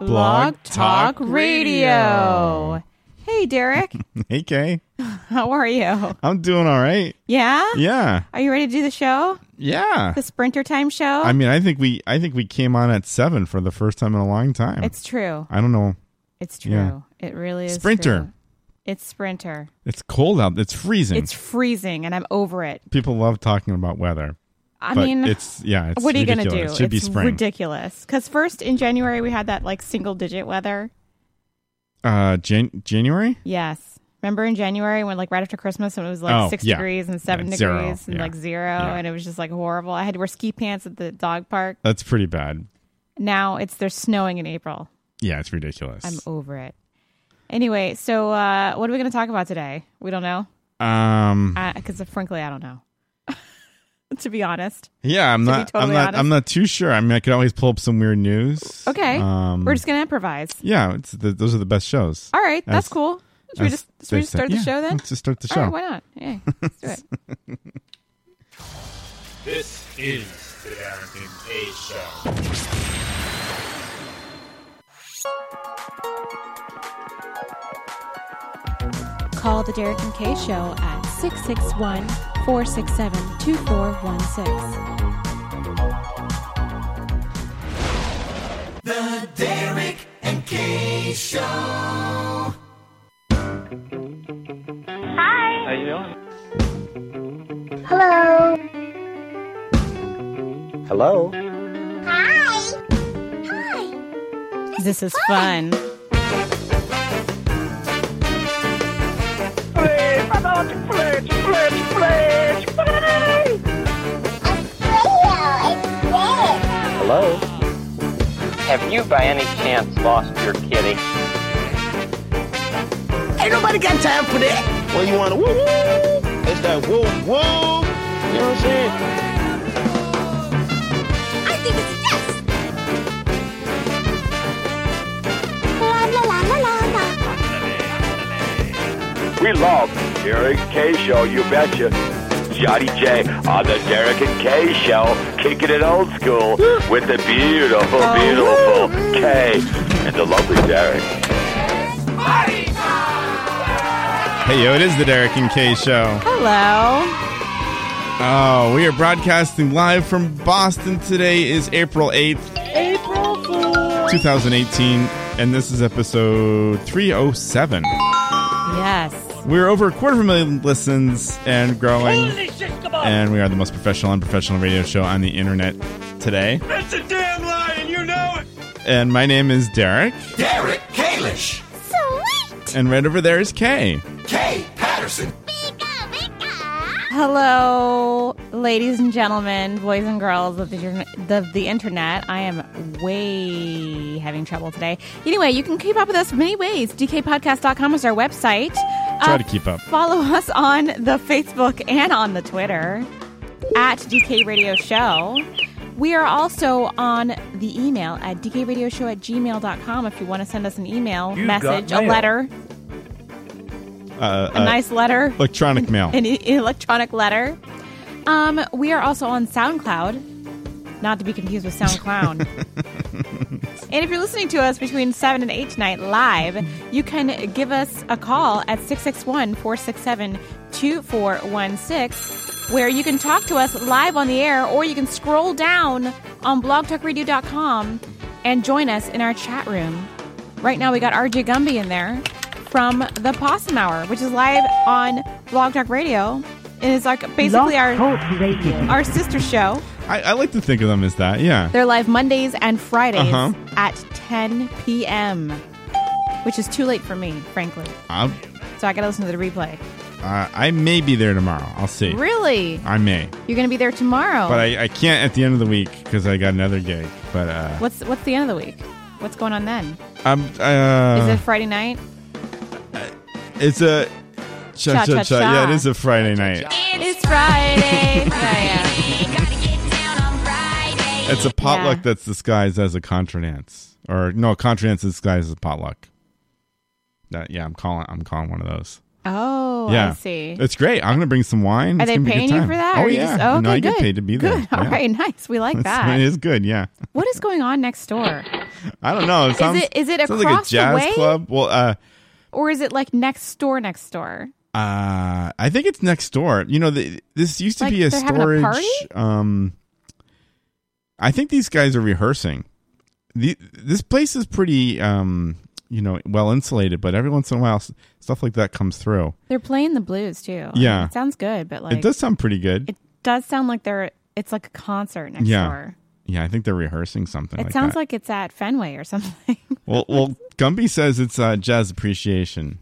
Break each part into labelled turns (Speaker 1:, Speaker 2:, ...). Speaker 1: Blog Talk Radio.
Speaker 2: Hey, Derek.
Speaker 1: Hey, Kay.
Speaker 2: How are you?
Speaker 1: I'm doing all right.
Speaker 2: Yeah?
Speaker 1: Yeah.
Speaker 2: Are you ready to do the show?
Speaker 1: Yeah.
Speaker 2: The Sprinter Time show?
Speaker 1: I mean, I think we I think we came on at 7 for the first time in a long time.
Speaker 2: it's true.
Speaker 1: I don't know.
Speaker 2: It's true.
Speaker 1: Yeah.
Speaker 2: It really is.
Speaker 1: Sprinter.
Speaker 2: true. It's Sprinter.
Speaker 1: It's cold out. It's freezing.
Speaker 2: It's freezing, and I'm over it.
Speaker 1: People love talking about weather.
Speaker 2: I
Speaker 1: but
Speaker 2: mean,
Speaker 1: it's yeah, it's
Speaker 2: what are you going to do?
Speaker 1: ridiculous. It should be
Speaker 2: It's
Speaker 1: spring.
Speaker 2: ridiculous. Because first in January, we had that like single digit weather.
Speaker 1: uh Jan- January?
Speaker 2: Yes. Remember in January when like right after Christmas when it was like
Speaker 1: Oh,
Speaker 2: six
Speaker 1: yeah.
Speaker 2: degrees and seven
Speaker 1: Yeah,
Speaker 2: degrees
Speaker 1: zero.
Speaker 2: and
Speaker 1: Yeah.
Speaker 2: like zero
Speaker 1: Yeah.
Speaker 2: and it was just like horrible. I had to wear ski pants at the dog park.
Speaker 1: That's pretty bad.
Speaker 2: Now it's they're snowing in April.
Speaker 1: Yeah, it's ridiculous.
Speaker 2: I'm over it. Anyway, so uh, what are we going to talk about today? We don't know Uh,
Speaker 1: um
Speaker 2: because frankly, I don't know. to be honest,
Speaker 1: yeah, I'm
Speaker 2: to be
Speaker 1: not I'm
Speaker 2: totally
Speaker 1: not
Speaker 2: honest-
Speaker 1: I'm not too sure. I mean, I could always pull up some weird news.
Speaker 2: okay,
Speaker 1: Um
Speaker 2: we're just going to improvise.
Speaker 1: Yeah, it's the, those are the best shows.
Speaker 2: All right, that's
Speaker 1: as-
Speaker 2: cool. Should we
Speaker 1: As
Speaker 2: just should we
Speaker 1: they
Speaker 2: just
Speaker 1: said.
Speaker 2: start the
Speaker 1: Yeah,
Speaker 2: show then?
Speaker 1: Let's just start the show.
Speaker 2: All right, why not? Yeah, let's do it.
Speaker 3: This is the Darrington A Show.
Speaker 4: Call the Derek and Kay Show at 661 467 2416.
Speaker 5: Hi.
Speaker 3: How you doing?
Speaker 5: Hello.
Speaker 3: Hello.
Speaker 5: Hi. Hi.
Speaker 2: This is fun.
Speaker 3: Hello. Have you, by any chance, lost your kitty? Ain't nobody got time for that. Well, you want to woo woo? It's that woo woo. You know what I'm saying?
Speaker 5: I think it's yes. La la la la la la.
Speaker 3: We love Derek K Show. You betcha. Johnny J on the Derek and K Show, kicking it old school with the beautiful, beautiful K and the lovely Derek.
Speaker 1: Hey, yo, it is the Derek and Kay Show.
Speaker 2: Hello.
Speaker 1: Oh, we are broadcasting live from Boston. Today is April 8th,
Speaker 5: April Fool.
Speaker 1: 2018, and this is episode 307.
Speaker 2: Yes.
Speaker 1: We're over a quarter of a million listens and growing, and we are the most professional and professional radio show on the internet today.
Speaker 3: That's a damn lie, and you know it.
Speaker 1: And my name is Derek,
Speaker 3: Derek Kalish.
Speaker 5: Sweet.
Speaker 1: and right over there is Kay.
Speaker 3: K. Patterson.
Speaker 5: Bika bika.
Speaker 2: Hello, ladies and gentlemen, boys and girls of the, journ- the the internet. I am way having trouble today. Anyway, you can keep up with us many ways. DKPodcast.com is our website.
Speaker 1: Try
Speaker 2: Uh,
Speaker 1: to keep up.
Speaker 2: Follow us on the Facebook and on the Twitter at DK Radio Show. We are also on the email at dkradioshow at gmail.com if you want to send us an email, message, a letter,
Speaker 1: Uh,
Speaker 2: a
Speaker 1: uh,
Speaker 2: nice letter.
Speaker 1: electronic mail.
Speaker 2: an e- electronic letter. Um, we are also on SoundCloud, not to be confused with SoundCloud. and if you're listening to us between 7 and 8 tonight live, you can give us a call at 661 467 2416, where you can talk to us live on the air, or you can scroll down on blogtalkradio.com and join us in our chat room. Right now, we got RJ Gumby in there from the Possum Hour, which is live on Blog Talk Radio. It is like basically our our sister show.
Speaker 1: I, I like to think of them as that, yeah.
Speaker 2: They're live Mondays and Fridays
Speaker 1: Uh-huh.
Speaker 2: at 10 p.m., which is too late for me, frankly.
Speaker 1: I'll,
Speaker 2: So I got to listen to the replay.
Speaker 1: uh, I may be there tomorrow. I'll see.
Speaker 2: Really?
Speaker 1: I may.
Speaker 2: You're going to be there tomorrow?
Speaker 1: But I, I can't at the end of the week because I got another gig. But uh,
Speaker 2: what's what's the end of the week? What's going on then?
Speaker 1: I'm.
Speaker 2: Is it
Speaker 1: Uh,
Speaker 2: Friday night?
Speaker 1: it's a. Cha cha cha.
Speaker 2: Cha-cha-cha.
Speaker 1: Yeah, it is a Friday night.
Speaker 2: It's Friday. yeah.
Speaker 1: It's a potluck
Speaker 2: Yeah.
Speaker 1: that's disguised as a contra dance, or no, contra dance is disguised as a potluck. That, yeah, I'm calling. I'm calling one of those.
Speaker 2: Oh,
Speaker 1: yeah,
Speaker 2: I see.
Speaker 1: It's great. I'm gonna bring some wine.
Speaker 2: Are
Speaker 1: It's
Speaker 2: they
Speaker 1: gonna be a good
Speaker 2: paying you
Speaker 1: time.
Speaker 2: for that?
Speaker 1: Oh
Speaker 2: Or you
Speaker 1: yeah.
Speaker 2: just- oh, okay,
Speaker 1: no, I get
Speaker 2: good.
Speaker 1: paid to be there.
Speaker 2: Good. All
Speaker 1: Yeah.
Speaker 2: right, nice. We like
Speaker 1: It's-
Speaker 2: that.
Speaker 1: It is good. Yeah.
Speaker 2: What is going on next door?
Speaker 1: I don't know. It sounds,
Speaker 2: it- is it
Speaker 1: sounds like a
Speaker 2: across the
Speaker 1: jazz
Speaker 2: way?
Speaker 1: club? Well, uh,
Speaker 2: Or is it like next door, next door?
Speaker 1: Uh, I think it's next door. You know, the, this used to
Speaker 2: Like,
Speaker 1: be a
Speaker 2: they're having
Speaker 1: storage.
Speaker 2: a party?
Speaker 1: Um, I think these guys are rehearsing. The, this place is pretty, um, you know, well insulated, but every once in a while, s- stuff like that comes through.
Speaker 2: They're playing the blues too.
Speaker 1: Yeah.
Speaker 2: It sounds good, but like
Speaker 1: it does sound pretty good.
Speaker 2: it does sound like they're it's like a concert next
Speaker 1: Yeah.
Speaker 2: door.
Speaker 1: yeah, I think they're rehearsing something.
Speaker 2: It
Speaker 1: like
Speaker 2: sounds
Speaker 1: that.
Speaker 2: like it's at Fenway or something.
Speaker 1: well, well, Gumby says it's uh, jazz appreciation.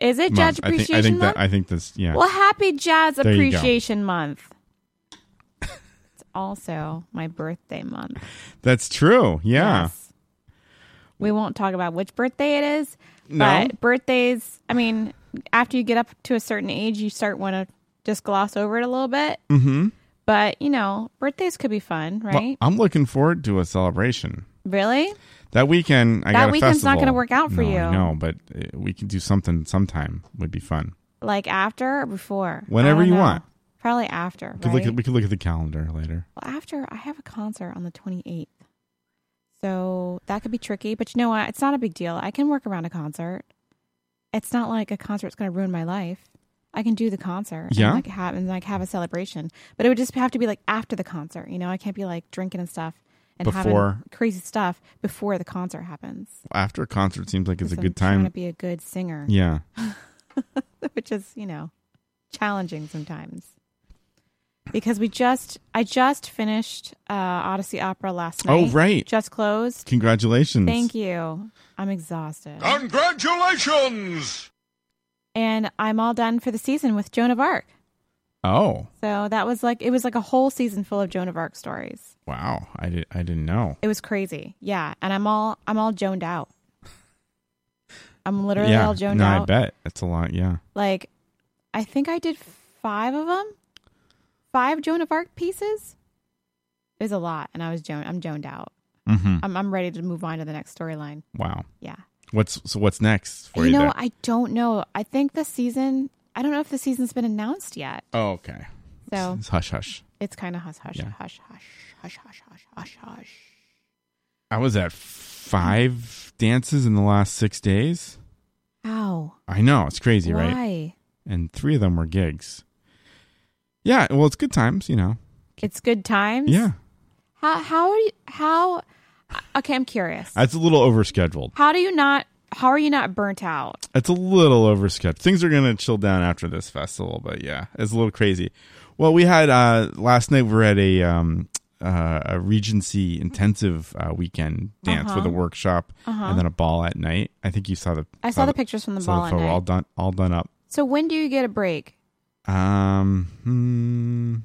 Speaker 2: is it
Speaker 1: month.
Speaker 2: Jazz Appreciation
Speaker 1: I think, I think
Speaker 2: Month?
Speaker 1: that I think this. Yeah,
Speaker 2: well, happy Jazz
Speaker 1: There you go.
Speaker 2: Appreciation Month. it's also my birthday month.
Speaker 1: that's true. Yeah.
Speaker 2: Yes. We won't talk about which birthday it is.
Speaker 1: No.
Speaker 2: But birthdays, I mean, after you get up to a certain age, you start want to just gloss over it a little bit. Mm-hmm. But, you know, birthdays could be fun,
Speaker 1: Well,
Speaker 2: right?
Speaker 1: I'm looking forward to a celebration.
Speaker 2: really?
Speaker 1: That weekend, I
Speaker 2: That
Speaker 1: got a
Speaker 2: weekend's not
Speaker 1: festival.
Speaker 2: gonna work out for
Speaker 1: No,
Speaker 2: you.
Speaker 1: I know, but uh, we can do something sometime. Would be fun.
Speaker 2: Like after or before? I
Speaker 1: Whenever
Speaker 2: don't
Speaker 1: you
Speaker 2: know.
Speaker 1: want.
Speaker 2: Probably after.
Speaker 1: We could,
Speaker 2: Right?
Speaker 1: look at, we could look at the calendar later.
Speaker 2: well, after, I have a concert on the 28th. So that could be tricky. But you know what? It's not a big deal. I can work around a concert. It's not like a concert's going to ruin my life. I can do the concert.
Speaker 1: Yeah?
Speaker 2: And like, have, and like have a celebration. But it would just have to be like after the concert. You know, I can't be like drinking and stuff and
Speaker 1: Before.
Speaker 2: having crazy stuff before the concert happens.
Speaker 1: After a concert seems like it's a
Speaker 2: 'Cause I'm
Speaker 1: good
Speaker 2: Trying to
Speaker 1: time.
Speaker 2: be a good singer.
Speaker 1: Yeah.
Speaker 2: which is you know challenging sometimes because we just i just finished uh odyssey opera last
Speaker 1: Oh,
Speaker 2: night
Speaker 1: right.
Speaker 2: just closed
Speaker 1: Congratulations.
Speaker 2: thank you i'm exhausted
Speaker 3: Congratulations!
Speaker 2: and i'm all done for the season with joan of arc
Speaker 1: Oh,
Speaker 2: so that was like it was like a whole season full of joan of arc stories
Speaker 1: wow. I, did, I didn't know.
Speaker 2: it was crazy yeah and i'm all i'm all joned out i'm literally
Speaker 1: yeah.
Speaker 2: all joned
Speaker 1: no,
Speaker 2: out
Speaker 1: I bet. That's a lot. Yeah.
Speaker 2: like i think i did five of them five joan of arc pieces it was a lot and i was joan i'm joned out
Speaker 1: Mm-hmm.
Speaker 2: i'm, I'm ready to move on to the next storyline
Speaker 1: Wow.
Speaker 2: yeah
Speaker 1: What's So what's next for you,
Speaker 2: you know
Speaker 1: there?
Speaker 2: i don't know i think the season i don't know if the season's been announced yet
Speaker 1: oh, okay.
Speaker 2: so
Speaker 1: It's hush hush.
Speaker 2: it's kind of hush hush
Speaker 1: Yeah.
Speaker 2: hush hush hush hush hush hush hush
Speaker 1: I was at five dances in the last six days.
Speaker 2: ow
Speaker 1: I know. It's crazy,
Speaker 2: why
Speaker 1: right? and three of them were gigs. Yeah, well, it's good times, you know.
Speaker 2: it's good times
Speaker 1: Yeah,
Speaker 2: how how are you, how okay i'm curious
Speaker 1: it's a little overscheduled.
Speaker 2: how do you not how are you not burnt out
Speaker 1: It's a little overscheduled. Things are gonna chill down after this festival, but yeah, it's a little crazy. Well, we had uh, last night. We were at a um, uh, a Regency intensive uh, weekend dance with a workshop and then a ball at night. I think you saw the.
Speaker 2: Uh-huh. I saw the pictures from the
Speaker 1: saw
Speaker 2: ball at
Speaker 1: photo,
Speaker 2: night.
Speaker 1: all done, all done up.
Speaker 2: So when do you get a break?
Speaker 1: Um, hmm,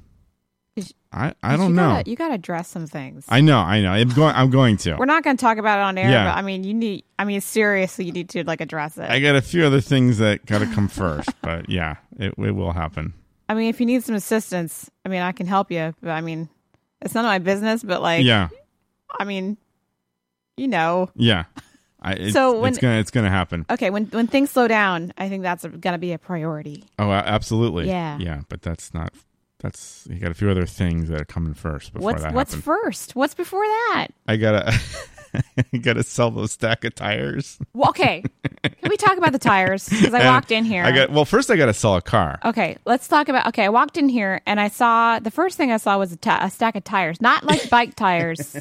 Speaker 2: Is-
Speaker 1: I I
Speaker 2: 'Cause
Speaker 1: don't
Speaker 2: you
Speaker 1: know.
Speaker 2: Gotta, you got to address some things.
Speaker 1: I know, I know. I'm going. I'm going to.
Speaker 2: We're not going to talk about it on air,
Speaker 1: Yeah.
Speaker 2: but I mean, you need. I mean, seriously, you need to like address it.
Speaker 1: I
Speaker 2: I,
Speaker 1: got a few other things that got to come first, but yeah, it, it will happen.
Speaker 2: mean, if you need some assistance, I mean, I can help you. But I mean, it's none of my business. But like,
Speaker 1: yeah,
Speaker 2: I mean, you know.
Speaker 1: yeah. I, it,
Speaker 2: So when- Uh,
Speaker 1: it's gonna it's gonna happen.
Speaker 2: Okay, when when things slow down, I think that's going to be a priority.
Speaker 1: Oh, a- absolutely.
Speaker 2: Yeah.
Speaker 1: yeah. But that's not. That's you got a few other things that are coming first before
Speaker 2: what's
Speaker 1: that
Speaker 2: what's
Speaker 1: happens.
Speaker 2: first? What's before that?
Speaker 1: I gotta. I gotta sell those stack of tires.
Speaker 2: Well, okay, can we talk about the tires? Because I
Speaker 1: And
Speaker 2: walked in here. Oh,
Speaker 1: I got well. First, I gotta sell a car.
Speaker 2: Okay, let's talk about. Okay, I walked in here and I saw the first thing I saw was a ti- a stack of tires, not like bike tires,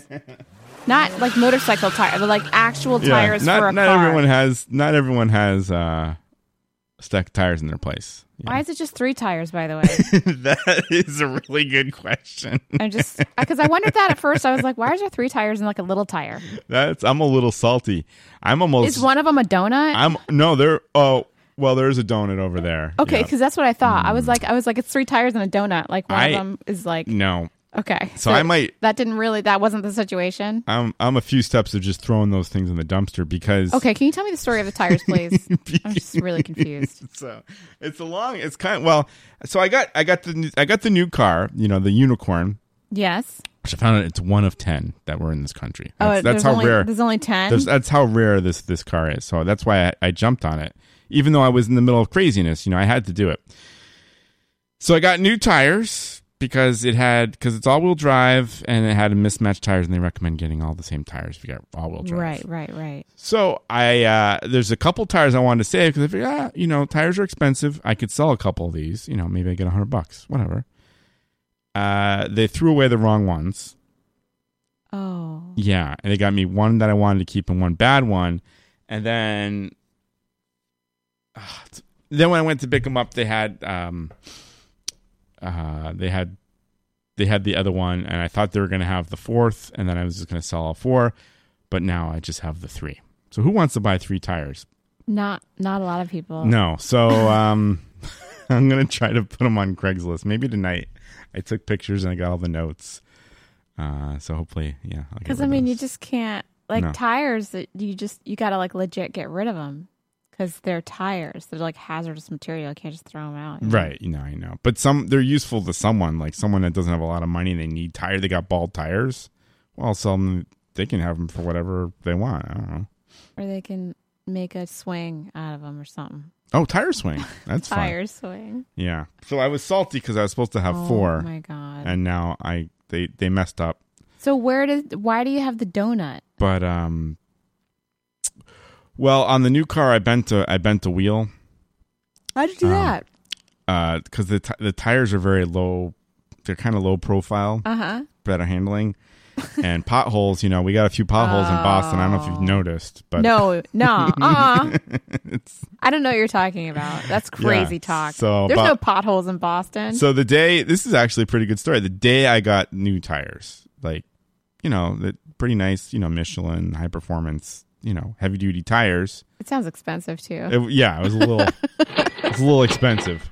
Speaker 2: not like motorcycle tires, but like actual tires
Speaker 1: not
Speaker 2: for a
Speaker 1: not
Speaker 2: car.
Speaker 1: everyone has not everyone has uh, stack of tires in their place. Yeah.
Speaker 2: Why is it just three tires? By the way,
Speaker 1: that is a really good question.
Speaker 2: I just because I wondered that at first. I was like, why is there three tires and like a little tire?
Speaker 1: That's I'm a little salty. I'm almost
Speaker 2: Is one of them a donut?
Speaker 1: I'm no there. Oh well, there's a donut over there.
Speaker 2: okay,
Speaker 1: Yeah.
Speaker 2: because that's what I thought. I was like, I was like, it's three tires and a donut. Like one
Speaker 1: Hmm. I-
Speaker 2: of them is like
Speaker 1: no,
Speaker 2: Okay.
Speaker 1: So I might-
Speaker 2: That didn't really. That wasn't the situation.
Speaker 1: I'm I'm a few steps of just throwing those things in the dumpster because
Speaker 2: Okay. Can you tell me the story of the tires, please? I'm just really confused.
Speaker 1: so it's a long it's kind of well so I got I got the new- I got the new car you know the unicorn
Speaker 2: Yes.
Speaker 1: which I found out it's one of ten that were in this country that's,
Speaker 2: Oh, there's
Speaker 1: that's how
Speaker 2: only,
Speaker 1: rare
Speaker 2: There's only ten.
Speaker 1: There's, that's how rare this this car is. So that's why I, I jumped on it, even though I was in the middle of craziness. You know, I had to do it. So I got new tires because it had because it's all wheel drive and it had mismatched tires, and they recommend getting all the same tires if you got all wheel drive.
Speaker 2: right. Right. Right.
Speaker 1: So I uh, there's a couple tires I wanted to save because I figured, ah, you know, tires are expensive. I could sell a couple of these. You know, maybe I get a hundred bucks, whatever. Uh, they threw away the wrong ones.
Speaker 2: Oh.
Speaker 1: Yeah, and they got me one that I wanted to keep and one bad one, and then Ah, it's- then when I went to pick them up, they had um, uh, they had they had the other one, and I thought they were going to have the fourth, and then I was just going to sell all four, but now I just have the three. So who wants to buy three tires?
Speaker 2: Not. Not a lot of people.
Speaker 1: No, so um, I'm going to try to put them on Craigslist maybe tonight. I took pictures and I got all the notes. Uh, so hopefully, yeah. I'll get
Speaker 2: Because
Speaker 1: rid
Speaker 2: I
Speaker 1: of
Speaker 2: mean,
Speaker 1: those.
Speaker 2: you just can't like
Speaker 1: No.
Speaker 2: tires. That you just you gotta like legit get rid of them because they're tires. They're like hazardous material. You can't just throw them out. you know?
Speaker 1: Right, you know, I know. But some they're useful to someone, like someone that doesn't have a lot of money and they need tire. They got bald tires. Well, sell them. They can have them for whatever they want. I don't know.
Speaker 2: Or they can make a swing out of them or something.
Speaker 1: Oh, tire swing. That's fire.
Speaker 2: Tire swing.
Speaker 1: Yeah. So I was salty because I was supposed to have
Speaker 2: Oh
Speaker 1: four,
Speaker 2: my god.
Speaker 1: and now I they they messed up.
Speaker 2: so where does why do you have the donut?
Speaker 1: But um, well, on the new car, I bent a I bent a wheel
Speaker 2: How'd
Speaker 1: Um,
Speaker 2: you do that?
Speaker 1: because uh, the t- the tires are very low. They're kind of low profile.
Speaker 2: Uh huh.
Speaker 1: better handling and potholes you know we got a few potholes in boston i don't know if you've noticed but
Speaker 2: Oh. No, no, uh,
Speaker 1: it's,
Speaker 2: I don't know what you're talking about. That's crazy talk.
Speaker 1: so,
Speaker 2: there's
Speaker 1: but-
Speaker 2: no potholes in Boston.
Speaker 1: so the day this is actually a pretty good story the day i got new tires like you know that pretty nice you know michelin high performance you know heavy duty tires
Speaker 2: it sounds expensive too.
Speaker 1: It- yeah it was a little it was a little expensive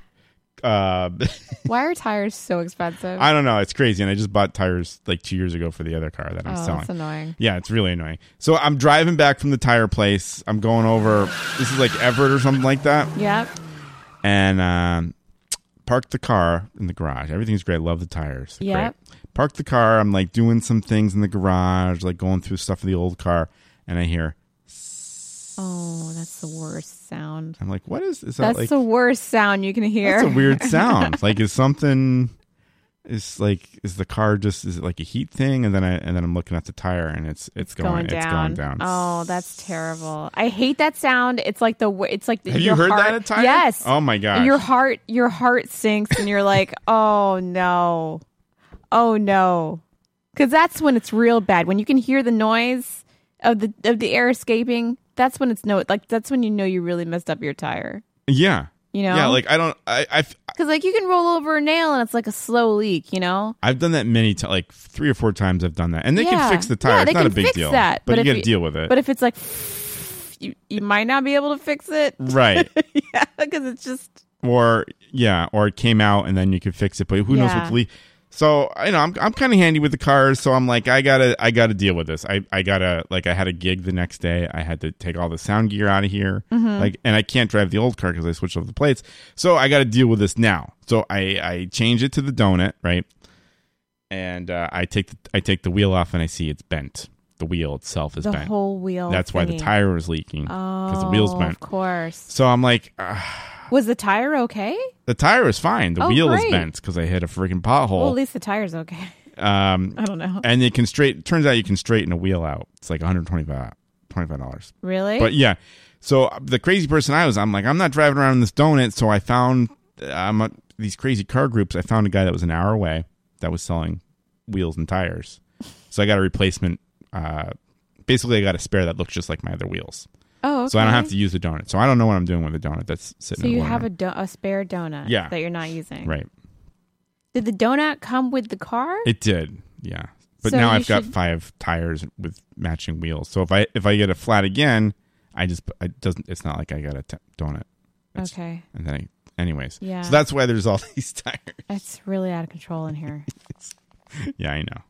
Speaker 1: uh
Speaker 2: why are tires so expensive? Oh,
Speaker 1: i don't know it's crazy and i just bought tires like two years ago for the other car that i'm
Speaker 2: oh,
Speaker 1: selling
Speaker 2: that's annoying.
Speaker 1: Yeah, it's really annoying. So I'm driving back from the tire place. I'm going over. This is like Everett or something like that,
Speaker 2: Yep.
Speaker 1: and um, parked the car in the garage. Everything's great. Love the tires. They're
Speaker 2: Yep.
Speaker 1: Great. Parked the car. I'm like doing some things in the garage, like going through stuff in the old car, and I hear.
Speaker 2: Oh, that's the worst sound.
Speaker 1: I'm like, what is? Is that
Speaker 2: That's
Speaker 1: like?
Speaker 2: the worst sound you can hear.
Speaker 1: That's a weird sound. like, is something? Is like is the car just is it like a heat thing? And then I and then I'm looking at the tire, and it's it's,
Speaker 2: going down.
Speaker 1: It's going down.
Speaker 2: Oh, that's terrible. I hate that sound. It's like the wo- it's like the,
Speaker 1: Have you
Speaker 2: your
Speaker 1: heard
Speaker 2: heart,
Speaker 1: that at times?
Speaker 2: Yes.
Speaker 1: Oh my gosh.
Speaker 2: Your heart your heart sinks and you're like, "Oh no. Oh no." Cuz that's when it's real bad. When you can hear the noise of the of the air escaping, that's when it's no like that's when you know you really messed up your tire.
Speaker 1: Yeah.
Speaker 2: You know?
Speaker 1: Yeah, like I don't. I I've
Speaker 2: Cuz like you can roll over a nail and it's like a slow leak, you know?
Speaker 1: I've done that many times, like three or four times. I've done that, and they
Speaker 2: Yeah.
Speaker 1: can fix the tire.
Speaker 2: Yeah,
Speaker 1: it's
Speaker 2: they
Speaker 1: not
Speaker 2: can
Speaker 1: a big
Speaker 2: fix
Speaker 1: deal,
Speaker 2: that,
Speaker 1: but,
Speaker 2: but
Speaker 1: you
Speaker 2: if
Speaker 1: got to
Speaker 2: you-
Speaker 1: deal with it.
Speaker 2: But if it's like you, you might not be able to fix it.
Speaker 1: right?
Speaker 2: yeah, cuz it's just
Speaker 1: or yeah, or it came out and then you could fix it, but who knows
Speaker 2: Yeah.
Speaker 1: what the leak. So you know, I'm I'm kind of handy with the cars, so I'm like, I gotta I gotta deal with this. I I gotta like I had a gig the next day. I had to take all the sound gear out of here,
Speaker 2: Mm-hmm.
Speaker 1: like, and I can't drive the old car because I switched off the plates. So I gotta deal with this now. So I I change it to the donut, right? And uh, I take the, I take the wheel off and I see it's bent. The wheel itself is
Speaker 2: the
Speaker 1: bent.
Speaker 2: whole wheel.
Speaker 1: That's why the
Speaker 2: thingy.
Speaker 1: tire was leaking because the wheel's
Speaker 2: Oh,
Speaker 1: bent.
Speaker 2: Of course.
Speaker 1: So I'm like, "Ah,
Speaker 2: Was the tire okay?
Speaker 1: the tire is fine. The
Speaker 2: Oh,
Speaker 1: wheel is
Speaker 2: great.
Speaker 1: bent because I hit a freaking
Speaker 2: Well, at
Speaker 1: pothole.
Speaker 2: least the tire's okay.
Speaker 1: um,
Speaker 2: I don't know.
Speaker 1: and you can straight. Turns out you can straighten a wheel out. It's like 125 dollars.
Speaker 2: Really?
Speaker 1: But yeah, so uh, the crazy person I was, I'm like, I'm not driving around in this donut. So I found I'm a, these crazy car groups. I found a guy that was an hour away that was selling wheels and tires. So I got a replacement. Uh, basically, I got a spare that looks just like my other wheels.
Speaker 2: oh, okay.
Speaker 1: So I don't have to use the donut. So I don't know what I'm doing with the donut that's sitting.
Speaker 2: So
Speaker 1: in the
Speaker 2: you
Speaker 1: living
Speaker 2: have a,
Speaker 1: room.
Speaker 2: do- a spare donut
Speaker 1: Yeah.
Speaker 2: that you're not using.
Speaker 1: right.
Speaker 2: Did the donut come with the car?
Speaker 1: It did, yeah. But
Speaker 2: So
Speaker 1: now
Speaker 2: you
Speaker 1: I've got
Speaker 2: should-
Speaker 1: five tires with matching wheels. So if I if I get a flat again, I just it doesn't. It's not like I got a t- donut. It's-
Speaker 2: okay.
Speaker 1: And then, I, anyways,
Speaker 2: Yeah.
Speaker 1: So that's why there's all these tires.
Speaker 2: It's really out of control in here.
Speaker 1: yeah, I know.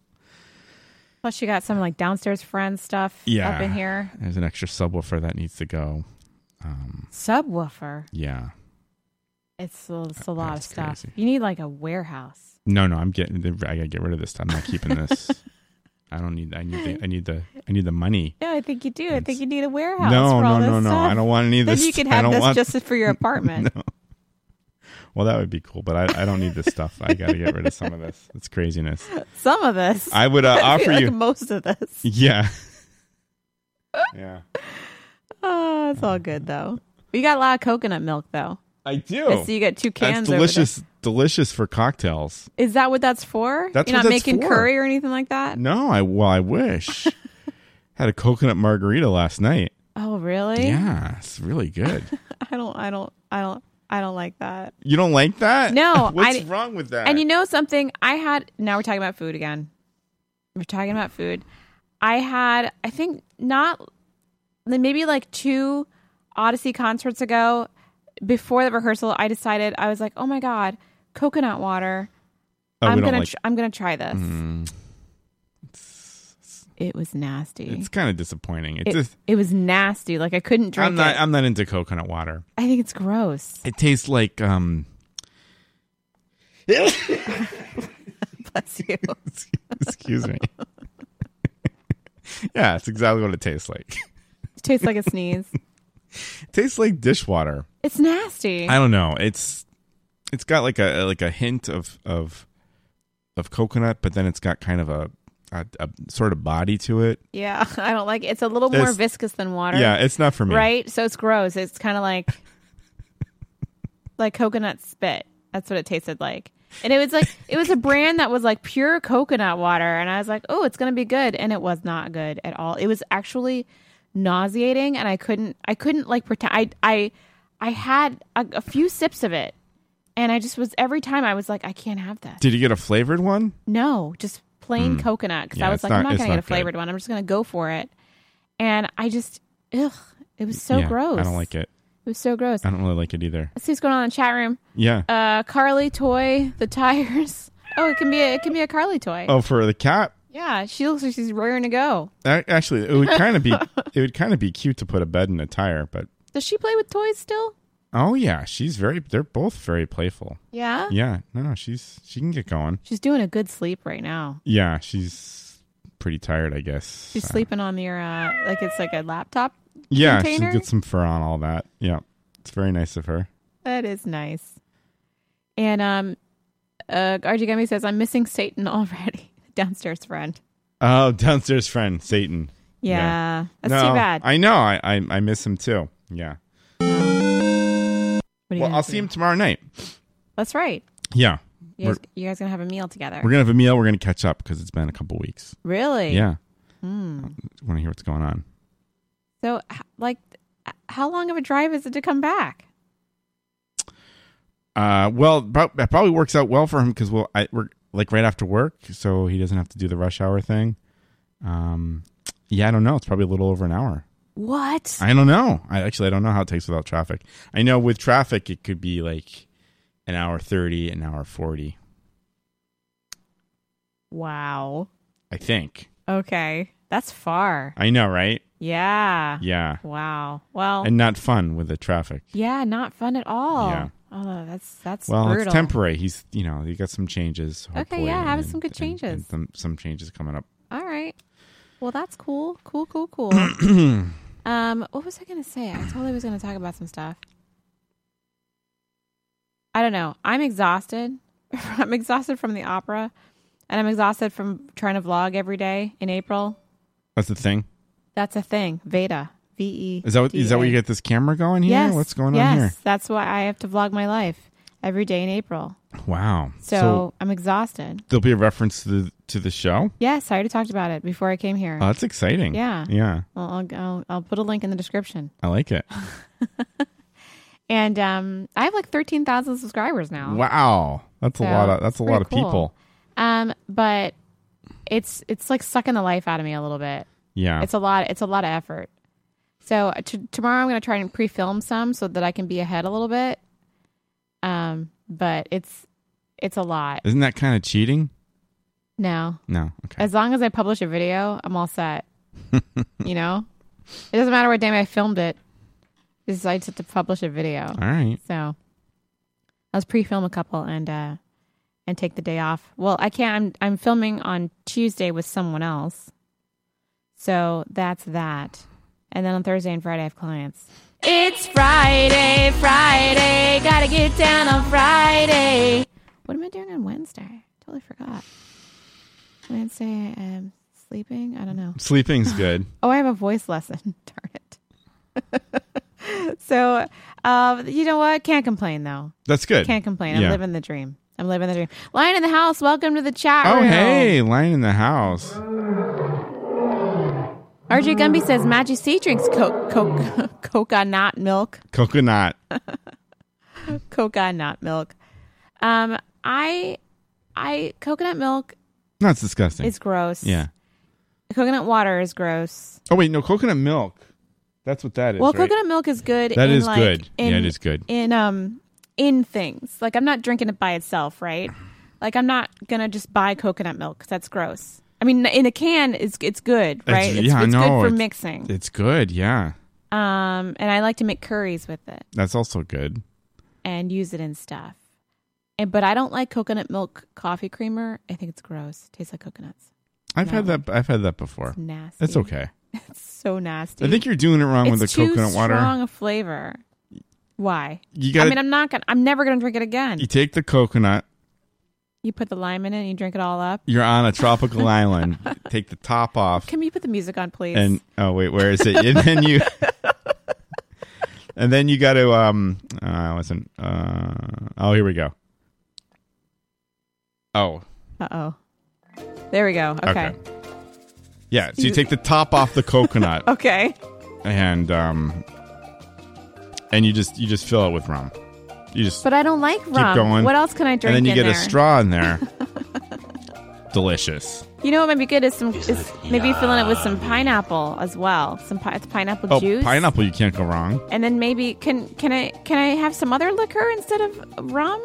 Speaker 2: Plus, you got some like downstairs friends stuff
Speaker 1: Yeah,
Speaker 2: up in here.
Speaker 1: There's an extra subwoofer that needs to go.
Speaker 2: Subwoofer.
Speaker 1: Yeah.
Speaker 2: It's, a- it's a lot
Speaker 1: That's
Speaker 2: of stuff.
Speaker 1: crazy.
Speaker 2: You need like a warehouse.
Speaker 1: No, no, I'm getting. I gotta get rid of this. I'm not keeping this. I don't need. I need. The, I need the. I need the money.
Speaker 2: Yeah, I think you do. I
Speaker 1: It's-
Speaker 2: think you need a warehouse.
Speaker 1: No,
Speaker 2: for all
Speaker 1: no,
Speaker 2: this
Speaker 1: no, no.
Speaker 2: stuff.
Speaker 1: I don't want any of
Speaker 2: Then
Speaker 1: this.
Speaker 2: you could
Speaker 1: I
Speaker 2: have
Speaker 1: don't
Speaker 2: this
Speaker 1: want-
Speaker 2: just for your apartment.
Speaker 1: No. Well, that would be cool, but I, I don't need this stuff. I gotta get rid of some of this. It's craziness.
Speaker 2: Some of this.
Speaker 1: I would uh,
Speaker 2: I feel
Speaker 1: offer
Speaker 2: like
Speaker 1: you.
Speaker 2: most of this.
Speaker 1: Yeah. Yeah.
Speaker 2: Oh, it's all good though. We got a lot of coconut milk though.
Speaker 1: I do.
Speaker 2: I see you got two cans.
Speaker 1: Oh, That's
Speaker 2: over
Speaker 1: delicious. Delicious for cocktails.
Speaker 2: there. Is that what that's for?
Speaker 1: That's
Speaker 2: You're
Speaker 1: what
Speaker 2: not
Speaker 1: that's
Speaker 2: making
Speaker 1: for.
Speaker 2: curry or anything like that.
Speaker 1: No, I well, I wish. Had a coconut margarita last night.
Speaker 2: Oh, really?
Speaker 1: Yeah, it's really good.
Speaker 2: I don't. I don't. I don't. I don't like that.
Speaker 1: You don't like that?
Speaker 2: No,
Speaker 1: What's
Speaker 2: I-
Speaker 1: wrong with that?
Speaker 2: And you know something? I had. Now we're talking about food again. We're talking about food. I had. I think not. Maybe like two Odyssey concerts ago. Before the rehearsal, I decided I was like, "Oh my god, coconut water!
Speaker 1: oh, we
Speaker 2: I'm
Speaker 1: don't
Speaker 2: gonna.
Speaker 1: like-
Speaker 2: tr- I'm gonna try this."
Speaker 1: Mm,
Speaker 2: It was nasty.
Speaker 1: it's kind of disappointing. It's
Speaker 2: it,
Speaker 1: just,
Speaker 2: it was nasty. Like I couldn't drink
Speaker 1: I'm not.
Speaker 2: it.
Speaker 1: I'm not into coconut water.
Speaker 2: I think it's gross.
Speaker 1: It tastes like um.
Speaker 2: Bless you.
Speaker 1: Excuse me. yeah, it's exactly what it tastes like.
Speaker 2: It tastes like a sneeze.
Speaker 1: It tastes like dishwater.
Speaker 2: It's nasty.
Speaker 1: I don't know. It's it's got like a like a hint of of of coconut, but then it's got kind of a a, a sort of body to it.
Speaker 2: yeah, I don't like it. It's a little more
Speaker 1: It's-
Speaker 2: viscous than water.
Speaker 1: Yeah, it's not for me.
Speaker 2: Right? So it's gross. It's kind of like like coconut spit. That's what it tasted like. And it was like it was a brand that was like pure coconut water and I was like, "Oh, it's going to be good." And it was not good at all. It was actually nauseating and I couldn't I couldn't like pretend I I I had a, a few sips of it and I just was every time I was like, "I can't have this."
Speaker 1: Did you get a flavored one?
Speaker 2: No, just plain coconut. Because
Speaker 1: Hmm. Yeah,
Speaker 2: I
Speaker 1: it's
Speaker 2: was like,
Speaker 1: not-
Speaker 2: I'm not
Speaker 1: it's
Speaker 2: going
Speaker 1: not
Speaker 2: to get a
Speaker 1: good.
Speaker 2: flavored one. I'm just going to go for it. And I just, ugh, it was so
Speaker 1: Yeah,
Speaker 2: gross.
Speaker 1: I don't like it.
Speaker 2: It was so gross.
Speaker 1: I
Speaker 2: Let's
Speaker 1: don't really like it either.
Speaker 2: see what's going on in the chat room.
Speaker 1: Yeah.
Speaker 2: Uh, Carly toy, the tires. Oh, it can be a, it can be a Carly toy.
Speaker 1: oh, for the cat.
Speaker 2: Yeah, she looks like she's rearing to go.
Speaker 1: a- Actually, it would kind of be it would kind of be cute to put a bed and a tire, but
Speaker 2: Does she play with toys still?
Speaker 1: oh yeah, she's very. They're both very playful.
Speaker 2: Yeah.
Speaker 1: Yeah. No, she's she can get going.
Speaker 2: She's doing a good sleep right now.
Speaker 1: Yeah, she's pretty tired, I guess.
Speaker 2: She's
Speaker 1: Uh,
Speaker 2: sleeping on your uh, like it's like a laptop.
Speaker 1: Yeah,
Speaker 2: container?
Speaker 1: she gets some fur on all that. Yeah, it's very nice of her.
Speaker 2: That is nice. And um, uh, RG Gummy says, "I'm missing Satan already." Downstairs friend.
Speaker 1: Oh, downstairs friend Satan.
Speaker 2: Yeah,
Speaker 1: Yeah.
Speaker 2: that's
Speaker 1: No,
Speaker 2: too bad.
Speaker 1: I know. I, I I miss him too. Yeah.
Speaker 2: What are you
Speaker 1: Well,
Speaker 2: gonna
Speaker 1: I'll
Speaker 2: do?
Speaker 1: see him tomorrow night.
Speaker 2: That's right.
Speaker 1: Yeah,
Speaker 2: You guys, you guys gonna have a meal together.
Speaker 1: we're gonna have a meal. We're gonna catch up because it's been a couple weeks.
Speaker 2: really?
Speaker 1: Yeah.
Speaker 2: Hmm.
Speaker 1: Want to hear what's going on?
Speaker 2: So, h- like, h- how long of a drive is it to come back?
Speaker 1: Uh, well, prob- that probably works out well for him because we'll I, we're like right after work, so he doesn't have to do the rush hour thing. Um, yeah, I don't know. It's probably a little over an hour.
Speaker 2: What?
Speaker 1: I don't know. I actually I don't know how it takes without traffic. I know with traffic it could be like an hour thirty, an hour forty.
Speaker 2: wow.
Speaker 1: I think.
Speaker 2: Okay, that's far.
Speaker 1: I know, right?
Speaker 2: Yeah.
Speaker 1: Yeah,
Speaker 2: Wow. Well.
Speaker 1: and not fun with the traffic.
Speaker 2: yeah, not fun at all.
Speaker 1: Yeah.
Speaker 2: Oh, that's that's
Speaker 1: Well,
Speaker 2: brutal.
Speaker 1: it's temporary. He's you know he got some changes. hopefully,
Speaker 2: yeah, having
Speaker 1: and-
Speaker 2: some good
Speaker 1: and- and
Speaker 2: changes.
Speaker 1: some some changes coming up.
Speaker 2: All right. Well, that's cool. Cool, cool, cool. um, what was I going to say? I totally was going to talk about some stuff. I don't know. I'm exhausted. I'm exhausted from the opera, and I'm exhausted from trying to vlog every day in April.
Speaker 1: That's the thing.
Speaker 2: That's a thing. Veda. V E.
Speaker 1: Is that what, is that where you get this camera going here?
Speaker 2: Yes.
Speaker 1: What's going
Speaker 2: yes.
Speaker 1: on here?
Speaker 2: That's why I have to vlog my life every day in April.
Speaker 1: Wow.
Speaker 2: So, I'm exhausted.
Speaker 1: there'll be a reference to the, to the show.
Speaker 2: Yes, I already talked about it before I came here.
Speaker 1: Oh, that's exciting.
Speaker 2: Yeah.
Speaker 1: Yeah.
Speaker 2: well, I'll, I'll, I'll put a link in the description.
Speaker 1: I like it.
Speaker 2: Uh-huh. and um, I have like thirteen thousand subscribers now.
Speaker 1: Wow. That's a
Speaker 2: So,
Speaker 1: lot of that's
Speaker 2: it's
Speaker 1: a lot
Speaker 2: pretty
Speaker 1: of
Speaker 2: cool.
Speaker 1: people.
Speaker 2: Um, but it's it's like sucking the life out of me a little bit.
Speaker 1: Yeah.
Speaker 2: It's a lot. It's a lot of effort. So uh, t- tomorrow I'm going to try and pre-film some so that I can be ahead a little bit. Um, but it's it's a lot.
Speaker 1: Isn't that kind of cheating?
Speaker 2: No.
Speaker 1: No. Okay.
Speaker 2: As long as I publish a video, I'm all set. you know? It doesn't matter what day I filmed it. Just I just have to publish a video.
Speaker 1: All right.
Speaker 2: So I was pre-film a couple and uh and take the day off. Well, I can't. I'm I'm filming on Tuesday with someone else, so that's that. And then on Thursday and Friday I have clients. It's Friday, Friday. Gotta get down on Friday. What am I doing on Wednesday? Totally forgot. Wednesday I am sleeping. I don't know.
Speaker 1: Sleeping's good.
Speaker 2: Oh, I have a voice lesson. Darn it. so, uh, you know what? Can't complain though.
Speaker 1: That's good.
Speaker 2: Can't complain. I'm
Speaker 1: Yeah.
Speaker 2: living the dream. I'm living the dream. Lion in the house. Welcome to the chat
Speaker 1: Oh
Speaker 2: room.
Speaker 1: hey, lion in the house.
Speaker 2: RJ Gumby says Magic C drinks co- co- coconut milk.
Speaker 1: Coconut.
Speaker 2: Coconut milk. Um, I, I coconut milk
Speaker 1: That's disgusting.
Speaker 2: is gross.
Speaker 1: yeah.
Speaker 2: Coconut water is gross.
Speaker 1: Oh wait, no coconut milk. That's what that is.
Speaker 2: well,
Speaker 1: right?
Speaker 2: coconut milk is good.
Speaker 1: That
Speaker 2: in,
Speaker 1: is
Speaker 2: like,
Speaker 1: good. Yeah,
Speaker 2: in-
Speaker 1: it is good.
Speaker 2: In um, in things like I'm not drinking it by itself, right? Like I'm not gonna just buy coconut milk 'cause that's gross. I mean, in a can, it's it's good, right? It's,
Speaker 1: yeah,
Speaker 2: it's
Speaker 1: no,
Speaker 2: good for
Speaker 1: it's-
Speaker 2: mixing.
Speaker 1: It's good. Yeah,
Speaker 2: Um, and I like to make curries with it
Speaker 1: that's also good.
Speaker 2: and use it in stuff. And but I don't like coconut milk coffee creamer. I think it's gross. Tastes like coconuts.
Speaker 1: I've had that. I've had that before.
Speaker 2: It's nasty.
Speaker 1: That's okay.
Speaker 2: It's so nasty.
Speaker 1: I think you're doing it wrong
Speaker 2: it's
Speaker 1: with the
Speaker 2: too
Speaker 1: coconut water.
Speaker 2: strong a flavor. Why?
Speaker 1: You got.
Speaker 2: I
Speaker 1: to
Speaker 2: mean, I'm not gonna. I'm never gonna drink it again.
Speaker 1: you take the coconut.
Speaker 2: You put the lime in it and you drink it all up.
Speaker 1: You're on a tropical island. Take the top off.
Speaker 2: Can you put the music on, please?
Speaker 1: and oh wait, where is it? And then you, and then you got to um. Uh, listen. Uh, oh, here we go. Oh,
Speaker 2: uh oh. There we go. Okay. Oh.
Speaker 1: okay. Yeah, so you take the top off the coconut
Speaker 2: Okay.
Speaker 1: and um, and you just you just fill it with rum. You just
Speaker 2: But I don't like rum.
Speaker 1: going.
Speaker 2: What else can I
Speaker 1: and
Speaker 2: drink?
Speaker 1: then you
Speaker 2: in
Speaker 1: get
Speaker 2: there?
Speaker 1: a straw in there. Delicious.
Speaker 2: You know what might be good is some is maybe filling it with some pineapple as well. Some pi- pineapple
Speaker 1: Oh,
Speaker 2: juice.
Speaker 1: pineapple! You can't go wrong.
Speaker 2: And then maybe can can I can I have some other liquor instead of rum?